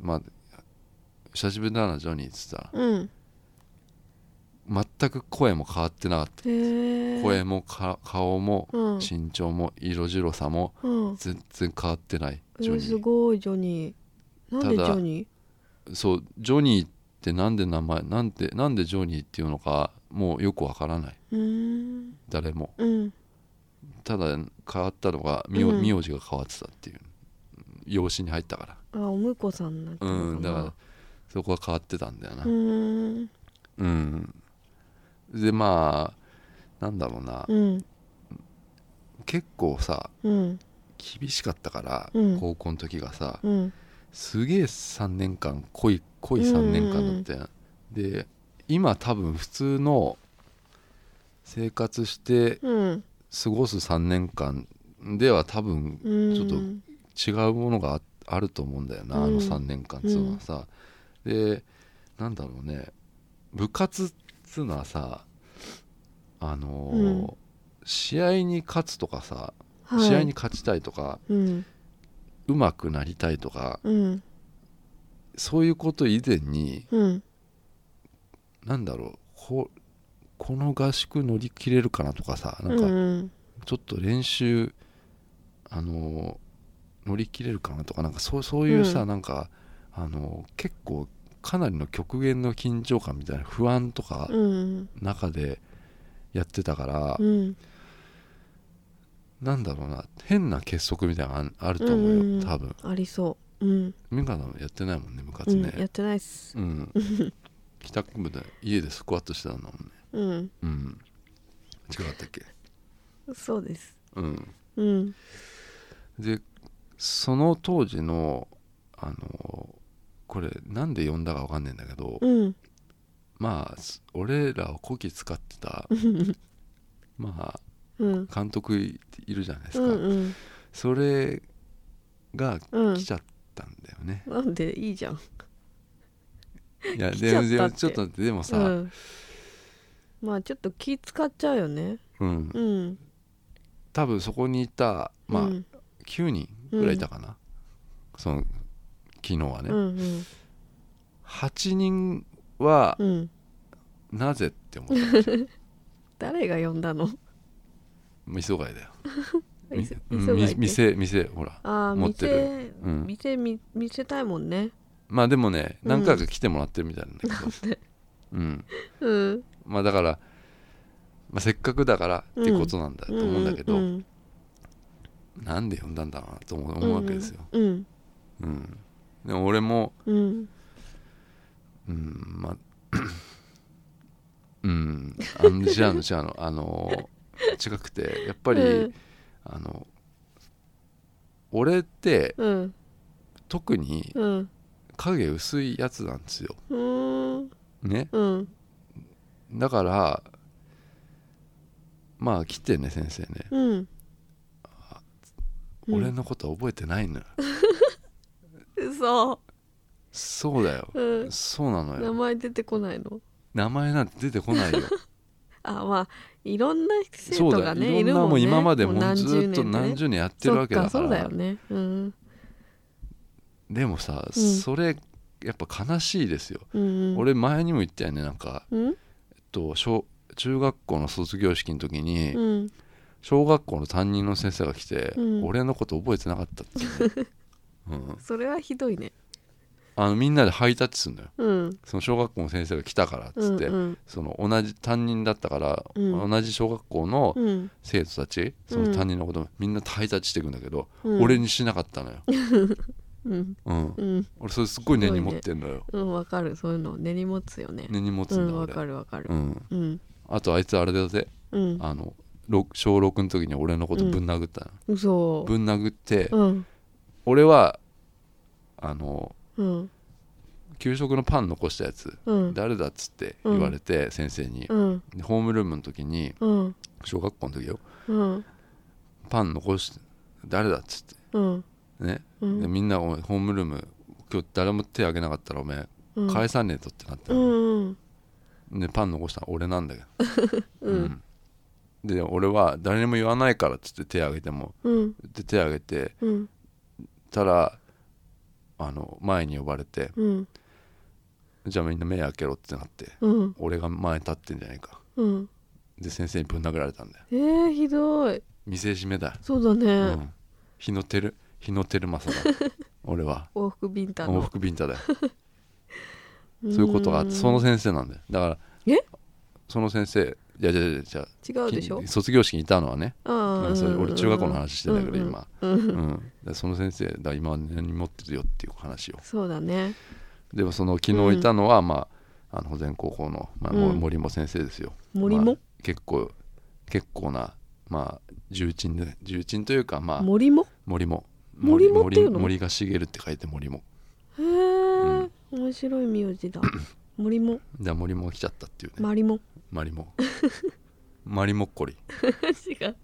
まあ久しぶりだなジョニーっつったうんら全く声も変わってなかった、へえ声もか顔もうん身長も色白さもうん全然変わってないジョえニすーごいジョニーなんでジただョニーそうジョニーってなんで名前なんでなんでジョニーっていうのかもうよくわからないうーん誰もうんただ変わったのが名うん名字が変わってたっていう養子に入ったからあお婿さんになったうのんかだなからそこは変わってたんだよなうーんうん、でまあなんだろうな、うん結構さうん厳しかったから、うん高校の時がさうんすげえ3年間濃い濃い3年間だったやん、で今多分普通の生活してうん過ごす3年間では多分うんちょっと違うものがああると思うんだよな、あうんの3年間っつうのはさ、でなんだろうね部活っつうのはさあのーうん試合に勝つとかさ、はい試合に勝ちたいとかうんうまくなりたいとかうんそういうこと以前にうんなんだろうここの合宿乗り切れるかなとかさなんうかんちょっと練習あの乗り切れるかなとかなんかそうそういうさ、うなんかあの結構かなりの極限の緊張感みたいな不安とかうん中でやってたから、うんなんだろうな変な結束みたいなのああると思うよ、うん多分ありそううん美香さんもやってないもんね部活うんねやってないっすうん、帰宅部で家でスクワットしてたんだもんねううんん違かったっけそうですうんうんでその当時のあのこれなんで呼んだかわかんないんだけど、うんまあす俺らをこき使ってたま <laughs> うんあ監督いいるじゃないですうか、んそれがうん来ちゃったんだよね、なんでいいじゃんいや来ちゃったででってちょっと待ってでもさ、ううんんまあちょっと気使っちゃうよねうん多分そこにいた、まあうん9人ぐらいいたかな、その昨日はね、うんうん8人はうんなぜって思 <laughs> った誰が呼んだの磯貝だよみ急うんがみいて店店ほらああ持ってる店うん店見見せたいもんねまあでもねうん何回か来てもらってるみたいなんだけど、うんうんまあだから、まあ、せっかくだからっていうことなんだと思うんだけど、うんなんで呼んだんだろうなと思ううん思うわけですよ、うんうんでも俺も、うんうん、まあうんあの違うの違うのあの近くてやっぱり、うんあの俺ってうん特にうん影薄いやつなんですようーんねうんだからまあ来てね先生ねうんうん俺のこと覚えてないのよ嘘そうだようんそうなの名よ前出てこないの名前なんて出てこないよあまあいろんな <laughs> 生そ徒うだがねいいろるんなもんもうね今までもううずっと何年十年やっってるわけだかそうらだよねうんでもさ、うんそれやっぱ悲しいですよ、うんうん俺前にも言ったよねなんか、うんえっと、小中学校の卒業式の時に、うん小学校の担任の先生が来て、うん俺のこと覚えてなかったって <laughs> いうね、うん、それはひどいねあのみんなでハイタッチするのようんその小学校の先生が来たからっうつっんて、うんその同じ担任だったから、うん同じ小学校のうん生徒たち、その担任のことみんなハイタッチしていくんだけど、うん俺にしなかったのよ、うんうん、うん俺それすっごい根に持ってんのよ、うんわかるそういうの根に持つよね根に持つうんだんわ俺、かるわかるうん、うんあとあいつあれだぜうんあのろ小6の時に俺のことぶん殴ったの、嘘ぶん殴って、うん俺はあのうん給食のパン残したやつ、うん誰だっつって言われて、先生に、うんでホームルームの時にうん小学校の時ようんパン残して誰だっつってうんね、うでんみんなお前ホームルーム今日誰も手挙げなかったらおめえうん返さねえとってなったうのよ、んでパン残したの俺なんだけど、 <laughs> ううんんで俺は誰にも言わないからっつって手挙げてもうんで手挙げてうんたらあの前に呼ばれてうんじゃあみんな目開けろってなってうん俺が前に立ってんじゃないかうんで先生にぶん殴られたんだよえー、ひどい見せしめだ、そうだうね、ん、日の照る日の照る <laughs> まさだ俺は往復ビンタ往の復ビンタ <laughs> だよそうそういうことがあってその先生なんだよだからえその先生いやいやいやじゃ違うでしょ卒業式にいたのはね、あうんそれ俺中学校の話してたけど、うんうん今、うんうんうんだからその先生だから今は何持ってるよっていう話をそうだねでもその昨日いたのは、まああの保全高校の、まあ、もうん森も先生ですよ、森まもあ、結構結構なまあ重鎮で重鎮というかまあ森も森も森もっていうの森が茂るって書いて森もへえ、面白い名字だ森もじゃ森も来ちゃったっていうね、マリもマリモ <laughs> マリモッコリ、違う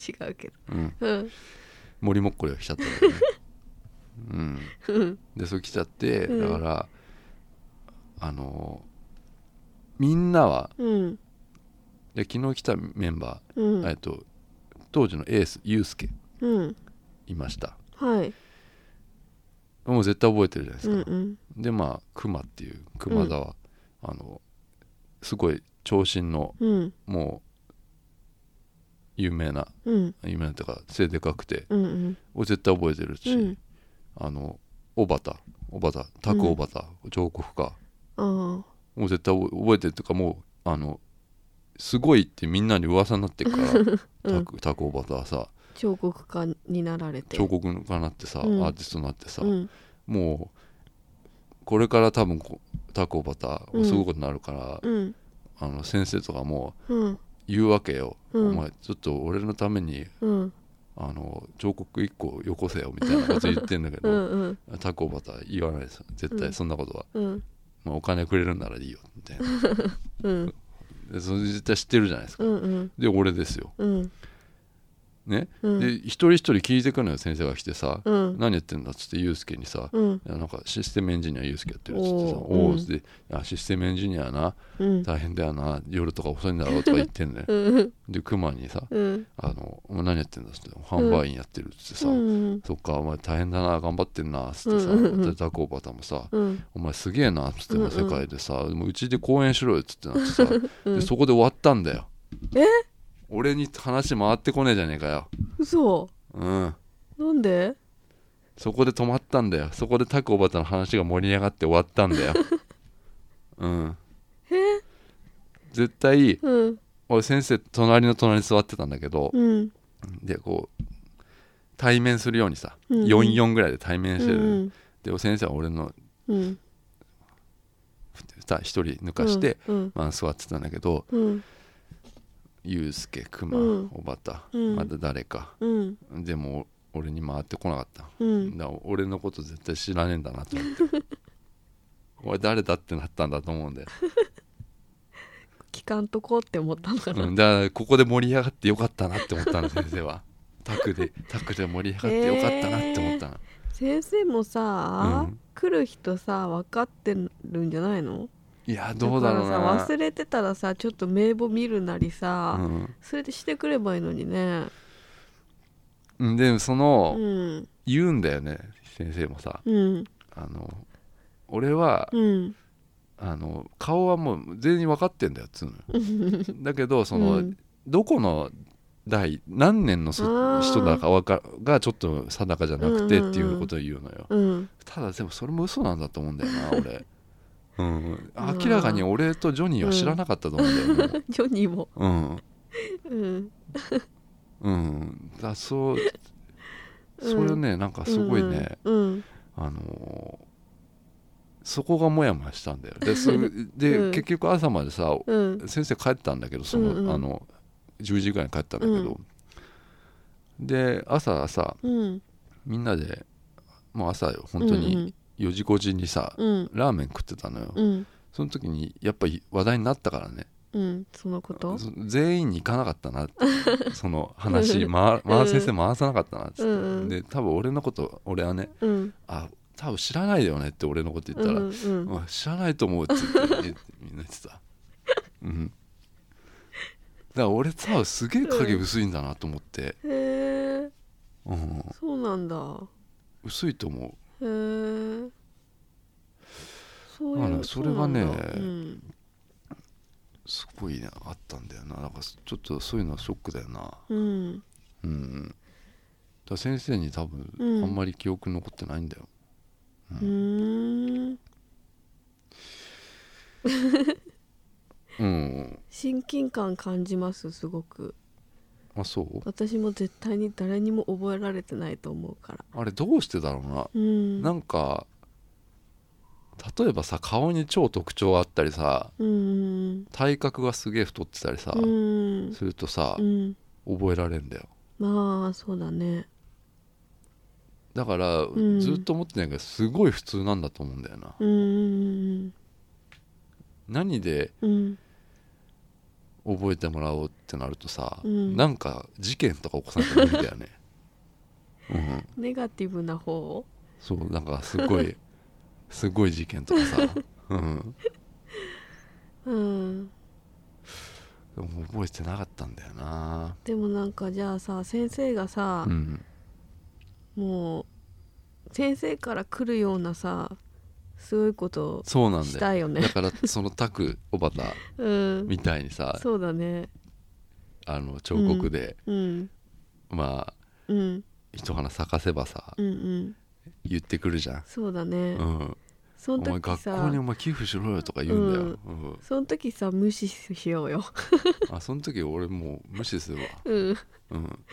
違うけうん、どうん森もっこりが来ちゃったんだよね、うん、うんでそれ来ちゃってうんだから、あのみんなはうんで昨日来たメンバうー、えっんと当時のエースユうスケうんいましたはいもう絶対覚えてるじゃないですうんか、うんでまあ熊っていう熊田は、あのすごい長身のうんもう有名なうん有名なっていうか背でかくてうんうんを絶対覚えてるし、うんあの小畑小畑拓小畑、上国かああもう絶対覚覚えてるっていうかもうあのすごいってみんなに噂になってるから <laughs> うん拓拓小畑はさ彫刻家になられて彫刻家になってさ、うんアーティストになってさ、うんもうこれから多分こ拓小畑もすごいことになるから、うんあの先生とかもうん言うわけよ、うんお前ちょっと俺のためにうんあの彫刻一個よこせよみたいなこと言ってんだけ <laughs> うどんうんタコバタ言わないですよ絶う対んそんなことは、うんまあ、お金くれるんならいいよみたいなうんでそれ絶対知ってるじゃないですか、うんうんで俺ですようんね、うんで一人一人聞いてくるのよ先生が来てさ、うん何やってんだっつってユうスケにさ、うんいやなんかシステムエンジニアユうスケやってるっつってさおーおおうんーで、あシステムエンジニアなうん大変だよな夜とか遅いんだろうとか言ってんだようんでクマにさうんあの「お前何やってんだ」っつって「販売員やってる」っつってさ、うんそっかお前大変だな頑張ってんな」っつってさ、うんうんうんでタコバタもさうん「お前すげえな」っつってうんうもんう世界でさ「でもうちで公演しろよ」っつってなってさ <laughs> うでんそこで終わったんだよえ俺に話回ってこねえじゃねえかよ嘘うんなんでそこで止まったんだよそこでタコバタの話が盛り上がって終わったん <laughs> だようんえ絶対うん俺先生隣の隣に座ってたんだけどうんでこう対面するようにさうんうん44ぐらいで対面うしてる、んで先生は俺のうん2人抜かして、うんまあ、座ってたんだけどうんユうスケクマうんおばたうんまた誰かうんでもお俺に回ってこなかった、うんだから俺のこと絶対知らねえんだなと思 <laughs> って俺誰だってなったんだと思うんだよ、聞かんとこって思ったのかう、なんだからここで盛り上がってよかったなって思ったの先生はタクでタクで盛り上がってよかったなって思ったの、先生もさ、うん来る人さ分かってるんじゃないのいやどうだろうからなさ忘れてたらさちょっと名簿見るなりさ、うんそれでしてくればいいのにねうん、でもそうの、ん言うんだよね先生もさうんあの俺は、うんあの顔はもう全員分かってんだよっつうのよ <laughs> だけどその、うんどこの代何年のそあー人だかわかがちょっと定かじゃなくてっていんうんううんことを言うのよ、うんただでもそれも嘘なんだと思うんだよな <laughs> 俺、うん、うん明らかに俺とジョニーは知らなかったと思うんだよね、ジョニーもうんうんうん、だそううんそれねなんかすごいね、うんあのーそこがモヤモヤしたんだよで <laughs> そで、うん結局朝までさうん先生帰ったんだけどその、うんうんあの10時ぐらいに帰ったんだけど、で朝さうんみんなでもう朝よ本当に4時5時にさ、うんラーメン食ってたのよ、うんうんその時にやっぱり話題になったからねうんそのことそ全員に行かなかった <laughs> なってその話回回先生回さなかったなっつって、うんうんで多分俺のこと俺はねうんあ多分知らないよねって俺のこと言ったら、うんうんうん知らないと思うって言ってえみんな言ってたうんだから俺多分すげえ影薄いんだなと思って、へえうん、そうなんだ薄いと思うへえそうあいのうそれがねうなんだうんすごいねあったんだよなだからちょっとそういうのはショックだよなうんうんだから先生に多分あうんんまり記憶残ってないんだよ、うーんうん、親近感感じますすごくあそう私も絶対に誰にも覚えられてないと思うからあれどうしてだろうな、うんなんか例えばさ顔に超特徴あったりさうん体格がすげえ太ってたりさ、うんするとさう、ん覚えられんだよまあそうだねだから、んずっと思ってないけどすごい普通なんだと思うんだよな、うん何でうん覚えてもらおうってなるとさ、うんなんか事件とか起こさなきゃいけないんだよねうんネガティブな方そうなんかすご <laughs> いすごい事件とかさ、うん、うんでも覚えてなかったんだよなでもなんかじゃあさ先生がさう、んもう先生から来るようなさすごいことそうなんしだよたよねだからそのタク小畑 <laughs> うんみたいにさそうだねあの彫刻で、うんまあうん一花咲かせばさうんうん言ってくるじゃん、そうだね、うん、そおの前時学校にさお前寄付しろよとか言うんだよ、うんその時さ無視しよう <laughs> よあその時俺もう無視するわ、うんうん、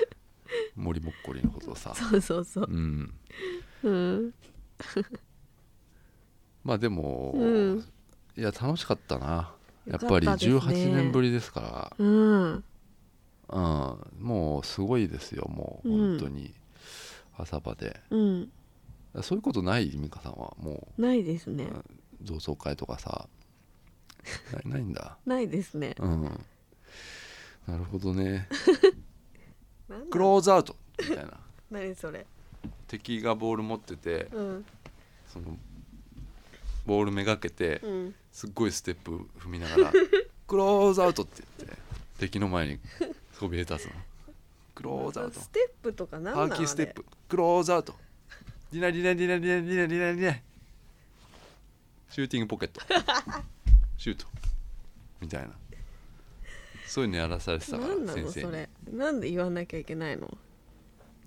森もっこりのことをさそうそうそううんうんまあでも、うんいや楽しかったなやっよかったぱりですね18年ぶりですかうんら、うん、もうすごいですよもううん本当に、朝場でうんそういうことない美香さんはもないですねう同窓会とかさなないんだないですねうんなるほどねなんだクローズアウトみたいな何それ敵がボール持っててうんそのボールめがけて、うんすっごいステップ踏みながら「クローズアウト」って言って敵の前にそびえ立つの「クローズアウトステップとか」なんパなーんキーステップ「クローズアウト」「ディナディナディナディナディナディナディナ」シューティングポケットシュートみたいなそういうのやらされてたあれかなんらな先の生そにれなんで言わなきゃいけないの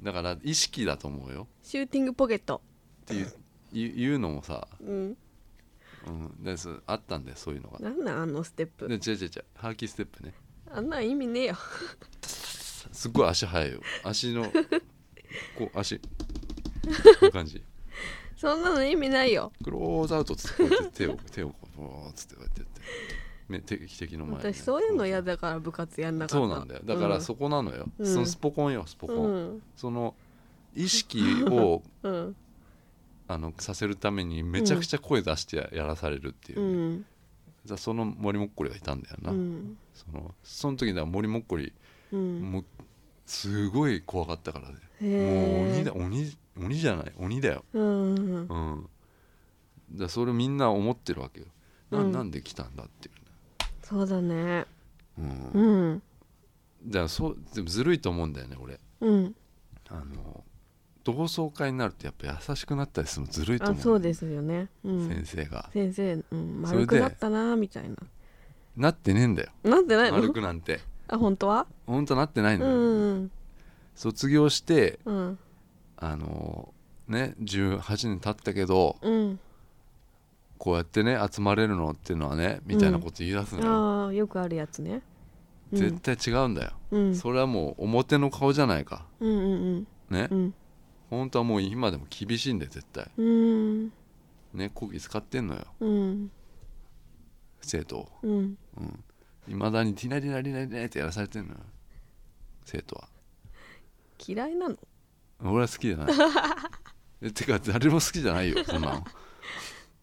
だから意識だと思うよシューティングポケットっていう言う言うのもさ、うんうん、でそうあったんだよそういうのがでなんなんあのステップ違う違う違うハーキーステップねあんなん意味ねえよ <laughs> すっごい足速いよ足のこう足こういう感じそんなの意味ないよクローズアウトっつってこうやって手 <laughs> を手をこうボーッつってこうやってやって、ね、敵敵の前にね私そういうの嫌だから部活やんなかったそうなんだよだからそこなのよ、うんそのスポコンよスポコン、うんその意識 <laughs> をうんあのさせるためにめちゃくちゃ声出してややらされるっていううね、んじゃあその森もっこりがいたんだよな、うんそのその時だから森もっこりうんもうすごい怖かったからねもへう鬼えだ鬼鬼じゃない鬼だようんうんうんだからそれみんな思ってるわけよな,、うんん、なんで来たんだっていうそうだねね、う、うんんだからそうでもずるいと思うんだよね俺うんあの同窓会になるとやっぱ優しくなったりするのずるいと思あうそうですよねうん先生が先生うんそれで丸くなったなみたいななってねえんだよなんでないの丸くなんてあ本当は本当なってないうんのうよ、ん卒業してうんあのね18年経ったけどうんこうやってね集まれるのっていうのはねみたいなこと言い出すのよ、ああよくあるやつねうん絶対違うんだよ、うんそれはもう表の顔じゃないかうんうんね、うんうん本当はもう今でも厳しいんだよ絶対うんね講義使ってんのようん生徒をうんうんいまだに「ティナリナリナリナ」ってやらされてんのよ生徒は嫌いなの俺は好きじゃない <laughs> えてか誰も好きじゃないよそんなの好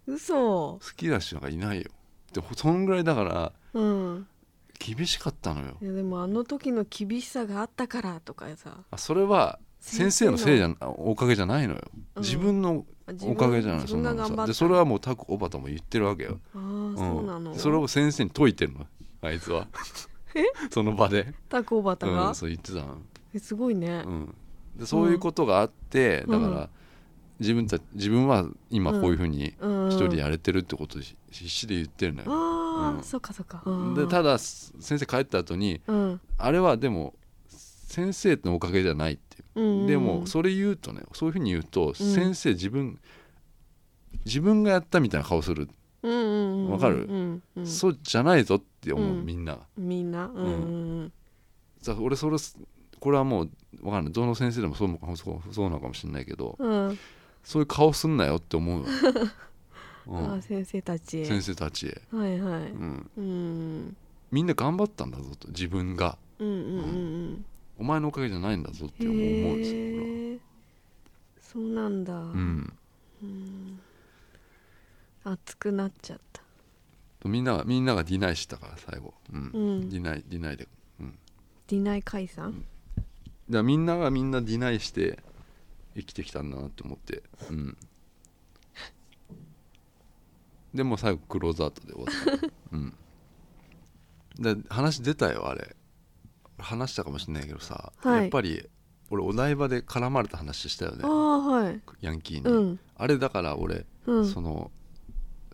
嘘きな人なんかいないよでほそんぐらいだからうん厳しかったのよいやでもあの時の厳しさがあったからとかさあそれは先生のせいじゃおかげじゃないのよ、うん自分の自分おかげじゃない自そんな分がの頑張さっでたそれはもうタコおばたも言ってるわけよ、ああそうなのん、それを先生に解いてるのあいつ <laughs> はその場で、タコバタうがん、そう言ってたの、えすごいねうん、でそういうことがあって、だかうんら自分たち自分は今こういうふうにうん一人でやれてるってことをし必死で言ってるのよ、あうんあそっかそっかでただだ先生帰った後にうんあれはでも先生のおかげじゃないっていううんでもそれ言うとねそういうふうに言うと先生自分、自分がやったみたいな顔する、うんうんうんわかるうんうんそうじゃないぞって思う、うんみんながみんなうんうんさ俺それこれはもう分かんないどの先生でもそうそうそうなのかもしれないけどうんうんそういう顔すんなよって思 <laughs> うわ、うあんー先生たち先生たちへ、はいはいうん、うんみんな頑張ったんだぞと自分がうんうんうんお前のおかげじゃないんだぞってうん思うんですよ俺はへえそうなんだうん、うん熱くなっちゃったみんながみんながディナイしたから最後、うんうんディナイディナイでディナイ解散だからみんながみんなディナイして生きてきたんだなって思ってうんでも最後クローズアウトで終わったうんだから話出たよあれ話したかもしれないけどさ、はいやっぱり俺お台場で絡まれた話したよねああはいヤンキーに、うんあれだから俺、うんその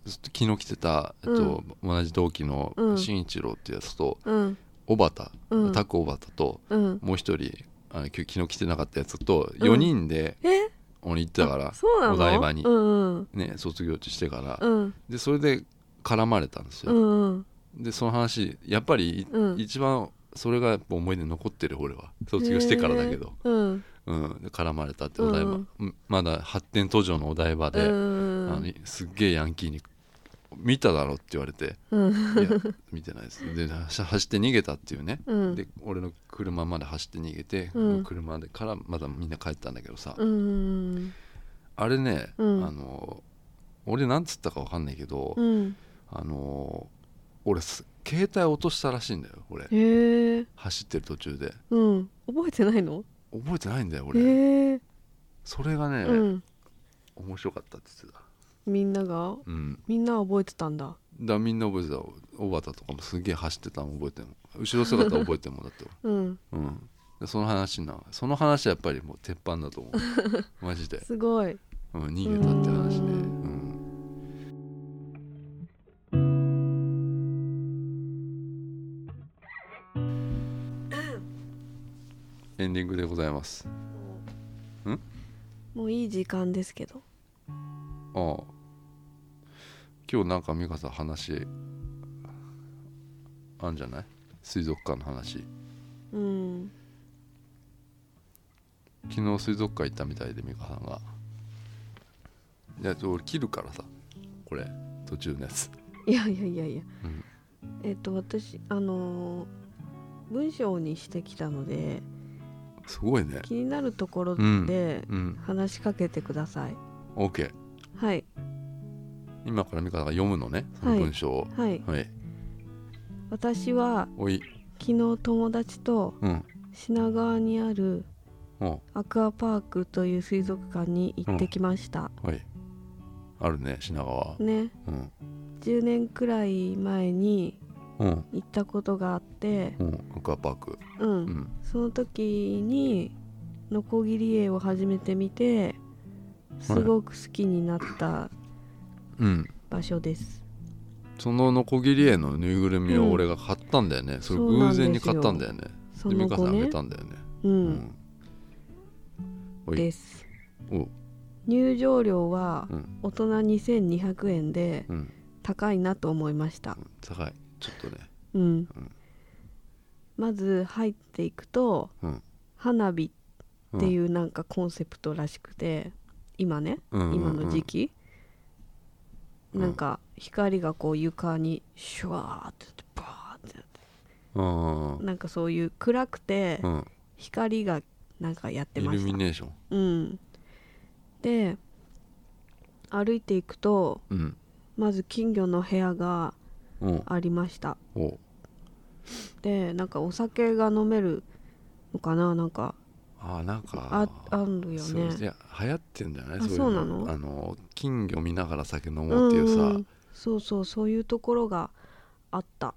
ずっと昨日来てた、えっと同じ同期のうん新一郎ってやつとうん小畑、うんタッグ小畑と、うんもう一人あのき昨日来てなかったやつとうん4人でえ俺行ってたから、そうなのお台場にうんうんね、卒業してから、うんでそれで絡まれたんですうよ、んうんでその話やっぱり、いうん一番それがやっぱ思い出に残ってる俺は卒業してからだけど、へーうんうん、で絡まれたってお台場、うんうんまだ発展途上のお台場で、うんあのすっげえヤンキーに「見ただろ」って言われてうん「いや見てないです」で走走って逃げたっていうね、うんで俺の車まで走って逃げて、うん車でからまだみんな帰ったんだけどさ、うんあれね、うんあの俺なんつったかわかんないけど、うんあの俺す携帯落としたらしいんだよ俺へえ走ってる途中でうん覚えてないの覚えてないんだよ俺、へえそれがね、うん面白かったって言ってたみんながうんだかみんな覚えてたんだらみんな覚えてた小畑とかもすげえ走ってたの覚えてるもん後ろ姿覚えてるもんだってうん俺うんでその話なその話はやっぱりもう鉄板だと思う <laughs> マジですごいうん、逃げたって話ね、うん、エンディングでございますんもういい時間ですけどああ今日なんか美香さん話あんじゃない水族館の話うん昨日水族館行ったみたいで美香さんがいやちょ俺切るからさこれ途中のやついやいやいやいやうんえっと私あのー文章にしてきたのですごいね気になるところうんでうん話しかけてください OK はい今から美香さんが読むのねその文章をはいはい私はおい昨日友達とうん品川にあるうんアクアパークという水族館に行ってきました、はいあるね品川ねうん10年くらい前にうん行ったことがあってうんアクアパークうん、うんその時にノコギリ絵を始めてみてすごく好きになったうん場所です、そのノコギリ絵のぬいぐるみうをん俺が買ったんだよね、それそう偶なんですよ然に買ったんだよねそでの美香後さんあげねたんだよねう、うんおいですお入場料はうん大人2200円でうん高いなと思いました高いちょっとねうん、うんまず入っていくと、うん花火うんっていうなんかコンセプトらしくて今ねうんうん今の時期、うんなんか光がこう床にシュワーってやってバーってやってうんうんなんかそういう暗くてうん光がなんかやってイまルしミた、ネーションうんで歩いていくとうんまず金魚の部屋がうんありましたおでなんかお酒が飲めるのかななんかあーなんかああるよそうねいや流行ってんじゃないあいそうなのあの金魚見ながら酒飲もうっていうさ、んそうそうそういうところがあった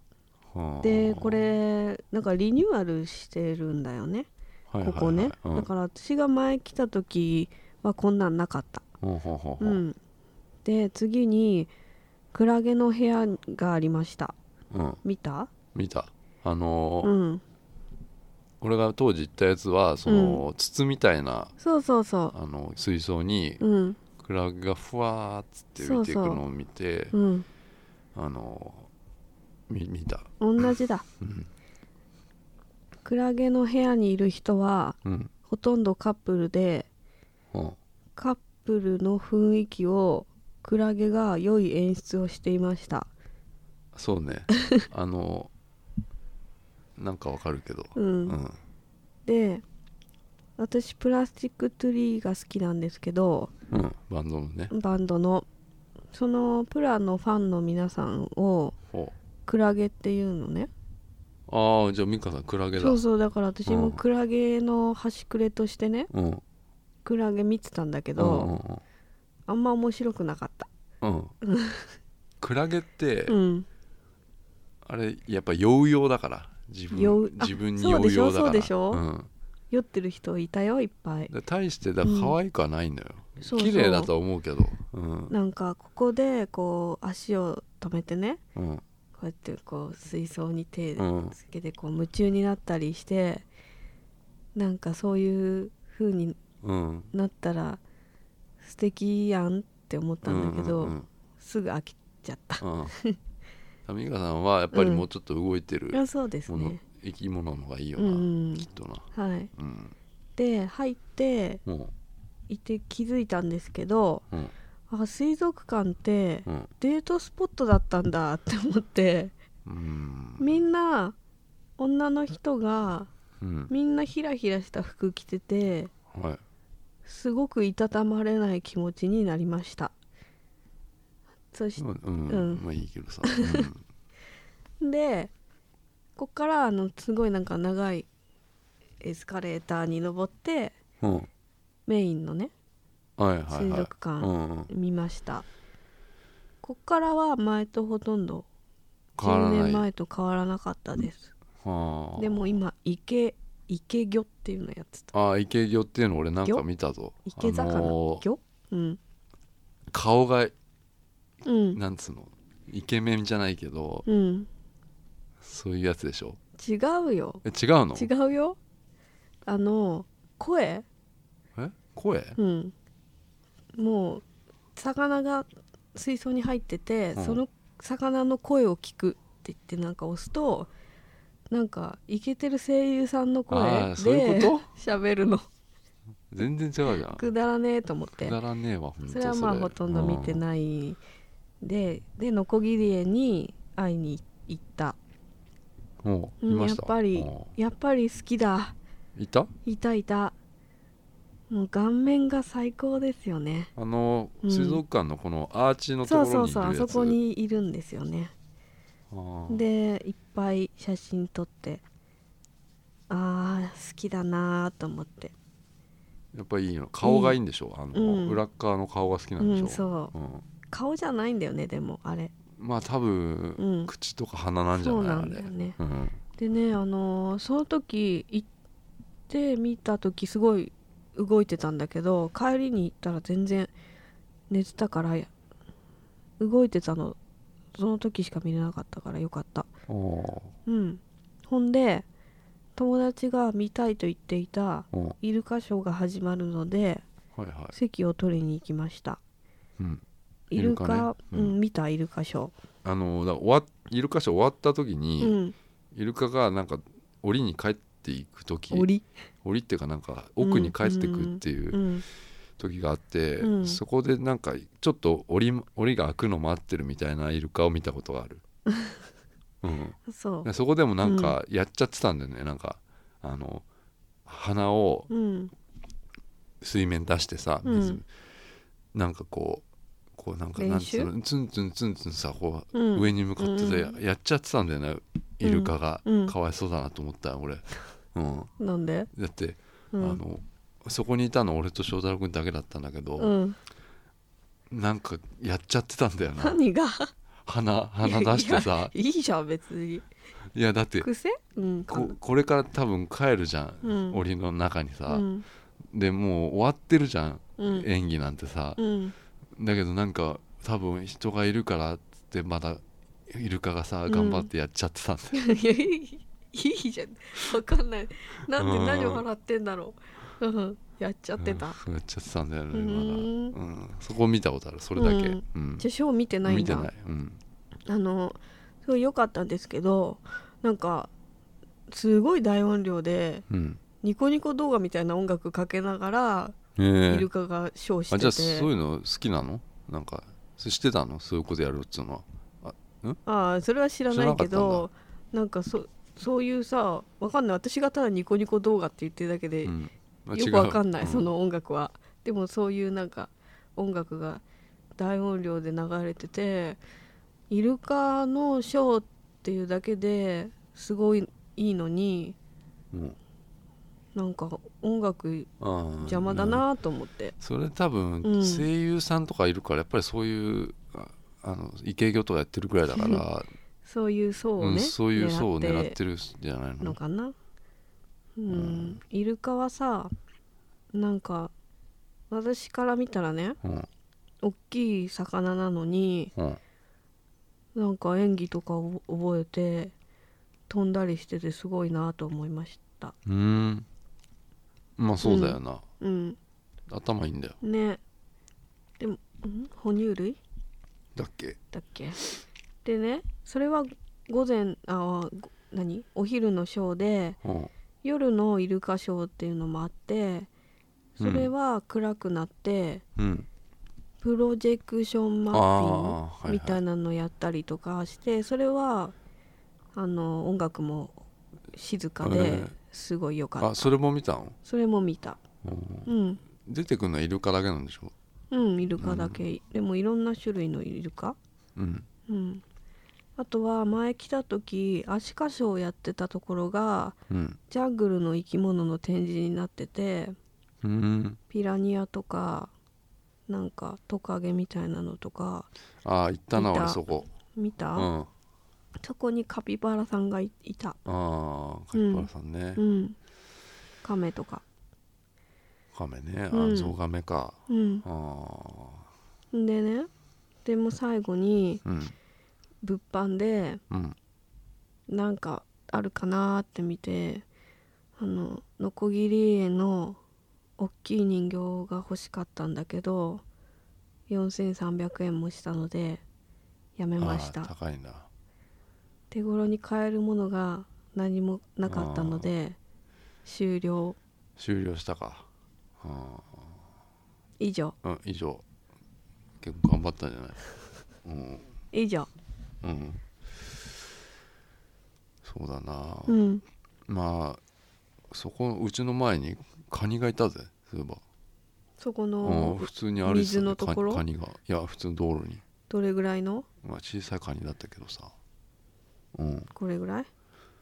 はあでこ、れなんかリニューアルしてるんだよねはいはいはこいこね、うんだから私が前来た時はこんなんなかった、ほうほうほうほう、うんで次にクラゲの部屋がありましたうん見た見たあのーうん俺が当時行ったやつはその、筒みたいなそうそうそあの水槽にううんクラゲがふわーっつって浮いていくのを見てうんあのーみ見た同じだうんクラゲの部屋にいる人はうんほとんどカップルでうんカップルの雰囲気をクラゲが良い演出をしていましたそう <laughs> ねあのーなんかわかるけどうん、うんで私プラスチックトゥリーが好きなんですけどうんバンドのねバンドのそのプラのファンの皆さんをほクラゲっていうのねうああじゃあ美香さんクラゲだそうそうだから私うもんクラゲの端くれとしてねうんクラゲ見てたんだけうど、んうんあんま面白くなかったうんクラゲって、うんあれやっぱ酔うようだから自酔う分あ自分に酔うようだからそうでしょそうでしょうん酔ってる人いたよいっぱいで大してだから可愛くはないんだよ、そうそう綺麗だとは思うけどうんなんかここでこう足を止めてねうんこうやってこう水槽に手うんつけてこう夢中になったりしてなんかそういう風にうんなったら素敵やんって思ったんだけど、うんうんすぐ飽きちゃったうんうんミカさんはやっぱりもうちょっと動いてるいやそうですもの、ね生き物の方がいいような、んうんきっとなはいうんで入ってもいて気づいたんですけどううんあ水族館ってうんデートスポットだったんだって思ってうんみんな女の人がうんみんなヒラヒラした服着ててはいすごくいたたまれない気持ちになりましたそしうん、うんまあいいけどさ、うんでこっからあのすごいなんか長いエスカレーターに登って <laughs> うん、メインのねはいはいはい水族館うんうん、見ました、こっからは前とほとんど変わら10な年い前と変わらなかったですはあでも今池池魚っていうのやってたああ池魚っていうの俺なんか見たぞ池魚、あのー魚うん顔がうんなんつうのイケメンじゃないけどうんそういうやつでしょ違うよえ違うの違うよあの声え声うんもう魚が水槽に入ってて、うんその魚の声を聞くって言ってなんか押すとなんかイケてる声優さんの声ああそういでうこ喋るの全然違うじゃんくだらねえと思ってくだらねえわほんとそれはまあほとんど見ていないででノコギリエに会いに行った、もううんいまやしったぱりやっぱり好きだうんいたいたいたもう顔面が最高ですよねあのうん水族館のこのアーチのとそうこそろうにいそうるあやつそこにいるんですよねあーでいっぱい写真撮ってあー好きだなーと思ってやっぱいいの顔がいいんでしょ、あのうん裏っ側の顔が好きなうんでしょ、んそううん顔じゃないんだよねでもあれまあ多分、うん口とか鼻なんじゃそうないなあんだれよねうんでねあのーその時行って見た時すごい動いてたんだけど帰りに行ったら全然寝てたから動いてたのその時しか見れなかったからよかったおうんほんで友達が見たいと言っていたーおイルカショーが始まるのでーはいはい、席を取りに行きましたうん、イルカイルカねううんん見たイルカショあのだから終わイルカショー終わった時ー、に、うん、イルカがなんか檻に帰っていく時檻、、檻っていうかなんか奥に帰ってくっていううん時があって、うんそこでなんかちょっと檻檻が開くの待ってるみたいなイルカを見たことがあ <laughs> る、うん、そでそこでもなんかやっちゃってたんだよね、なんかあの鼻をう、うん、水面出してさうん水、なんかこうこうなんかなんつうのツンツンツンツンさこう、うん上に向かってさやうやっちゃってたんだよねイルカが、うんかわいそうだなと思った <laughs> 俺、うん、なんで、だって、うん、あのそこにいたの俺と翔太郎君だけだったんだけど、うん、なんかやっちゃってたんだよな何が鼻鼻出してさいやいいじゃん別にいやだって癖うんかここれから多分帰るじゃん、うん檻の中にさ、うんでもう終わってるじゃん、うん演技なんてさ、うんだけどなんか多分人がいるからっつってまだイルカがさ頑張ってやっちゃってたんだよ、いやいやいいじゃんわかんないなんでうん何を笑ってんだろううんやっちゃってた、うんやっちゃってたんだよねうんまだ、うん、そこ見たことあるそれだけ、ううんんじゃあショー見てないんだ見てない、うん、あのすごい良かったんですけどなんかすごい大音量でうん、ニコニコ動画みたいな音楽かけながらえイルー、カがショーしてて、あじゃあそういうの好きなのなんかそしてたのそういうことやるっつうのはああそれは知らないけどなんかそそういうさわかんない私がただニコニコ動画って言ってるだけで、うんあよ違うくわかんない、うその音楽はでもそういうなんか音楽が大音量で流れててイルカのショーっていうだけですごいいいのにうんなんか音楽あー邪魔だなと思って、それ多分うん声優さんとかいるからやっぱりそういうああのイケイケ男やってるぐらいだから <laughs> そういう層をうね、ん、そういう層を狙狙ってるんじゃないののかなうん、んイルカはさなんか私から見たらねうん大きい魚なのにうんなんか演技とかを覚えて飛んだりしててすごいなと思いましたうんまあそうだよな、うん頭いいんだよねでもん哺乳類だっけだっけでねそれは午前あご何お昼のショーでうん夜のイルカショーっていうのもあってそれは暗くなって、うんプロジェクションマッああピンーグみはたいいなのやったりとかして、それはあの音楽も静かえでえすごい良かった、はいあそれも見たの、それも見たうんうん出てくるのはイルカだけなんでしょうんイルカだけ、でもいろんな種類のイルカうんうんあとは前来た時アシカショーをやってたところがうんジャングルの生き物の展示になっててうんピラニアとかなんかトカゲみたいなのとかああ行ったな見た俺そこ見うた、んあそこにカピバラさんがいいたあカピバラさんね、うん、カメとか、カメねあうんゾウガメか、うん、ああでねでも最後にうん物販でうんなんかあるかなーって見てあのノコギリ絵の大きい人形が欲しかったんだけど4300円もしたのでやめましあーた高いんだ手頃に買えるものが何もなかったので終了終了したかあ以上あうん以上結構頑張ったんじゃないうん以上うんそうだな、うんまあそこうちの前にカニがいたぜそういえばそこうんの普通に歩いてたね水のところカカニがいや普通の道路に、どれぐらいのまあ、小さいカニだったけどさうんこれぐらい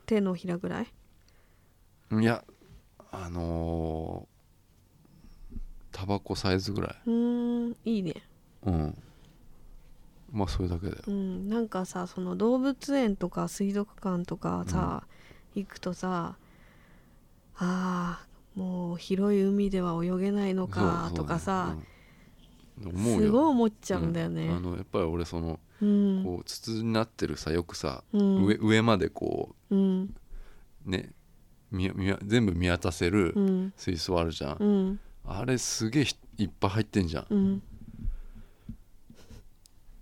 手のひらぐらいいやあのータバコサイズぐらいうんいいねうんまあそれだけだようんなんかさその動物園とか水族館とかさ、行くとさあーもう広い海では泳げないのかそうとかさ、、そうだようん思うよすごい思っちゃうんだよねうあのやっぱり俺そのうんこう筒になってるさよくさ、うん上上までこうんうねみみ全部見渡せるうん水槽あるじゃん、うんあれすげえひいっぱい入ってんじゃん、うん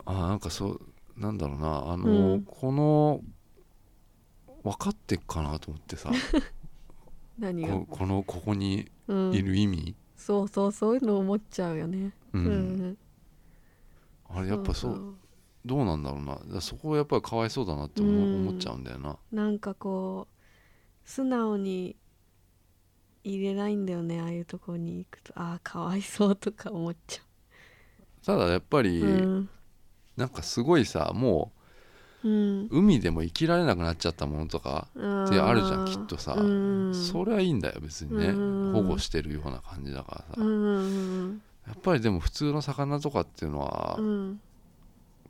あーなんかそうなんだろうなあの、うんこの分かってっかなと思って <laughs> さ何がここのここにうんいる意味、そうそうそういうの思っちゃうよねううんんあれやっぱそうどうなんだろうなだからそこはやっぱりかわいそうだなって思,、うん思っちゃうんだよななんかこう素直に入れないんだよねああいうとこに行くとああかわいそうとか思っちゃただやっぱり、う、うんなんかすごいさもうんう海でも生きられなくなっちゃったものとか、あであるじゃんきっとさうん、それはいいんだよ別にね、うん保護してるような感じだからさ、うんうんやっぱりでも普通の魚とかっていうのはう、ん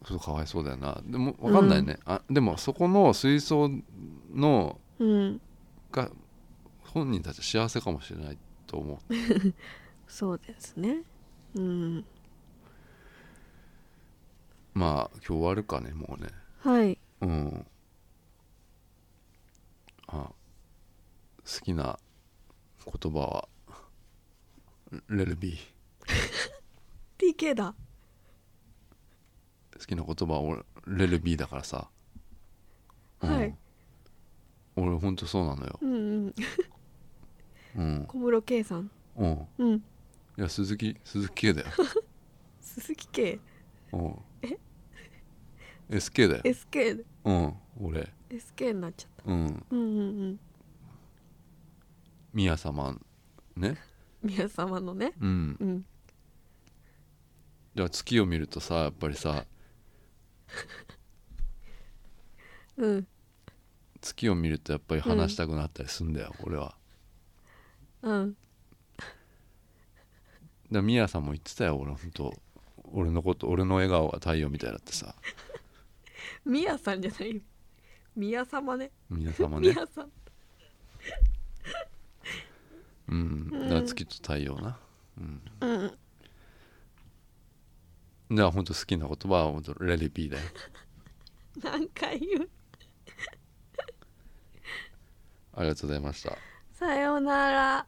ちょっとかわいそうだよなでも分かんないね、あでもそこの水槽のうんが本人たち幸せかもしれないと思うそうですねうんまあ今日終わるかねもうねはいうんあ好きな言葉は「レルビー」 TK だ好きな言葉は俺レルビーだからさ、うんはい俺ほんとそうなのようんうんうん、小室圭さんうん、うんいや鈴木鈴木圭 <laughs> だよ鈴木圭うん。え ?SK だよ。 SK うん。俺。 SK になっちゃったうん。うんうんうん宮様。ね。宮様のねうん。うんじゃあ月を見るとさ、やっぱりさ、うん月を見るとやっぱり話したくなったりすんだよ、俺は。だかうんら宮さんも言ってたよ、俺ほんと。俺のこと、俺の笑顔は太陽みたいだってさ。宮さんじゃないよ宮様ね宮様ね。宮さんうん。だから月と太陽な。うん。うんじゃあほんと好きな言葉はほんとレリピーだよ。何回言うありがとうございました。さようなら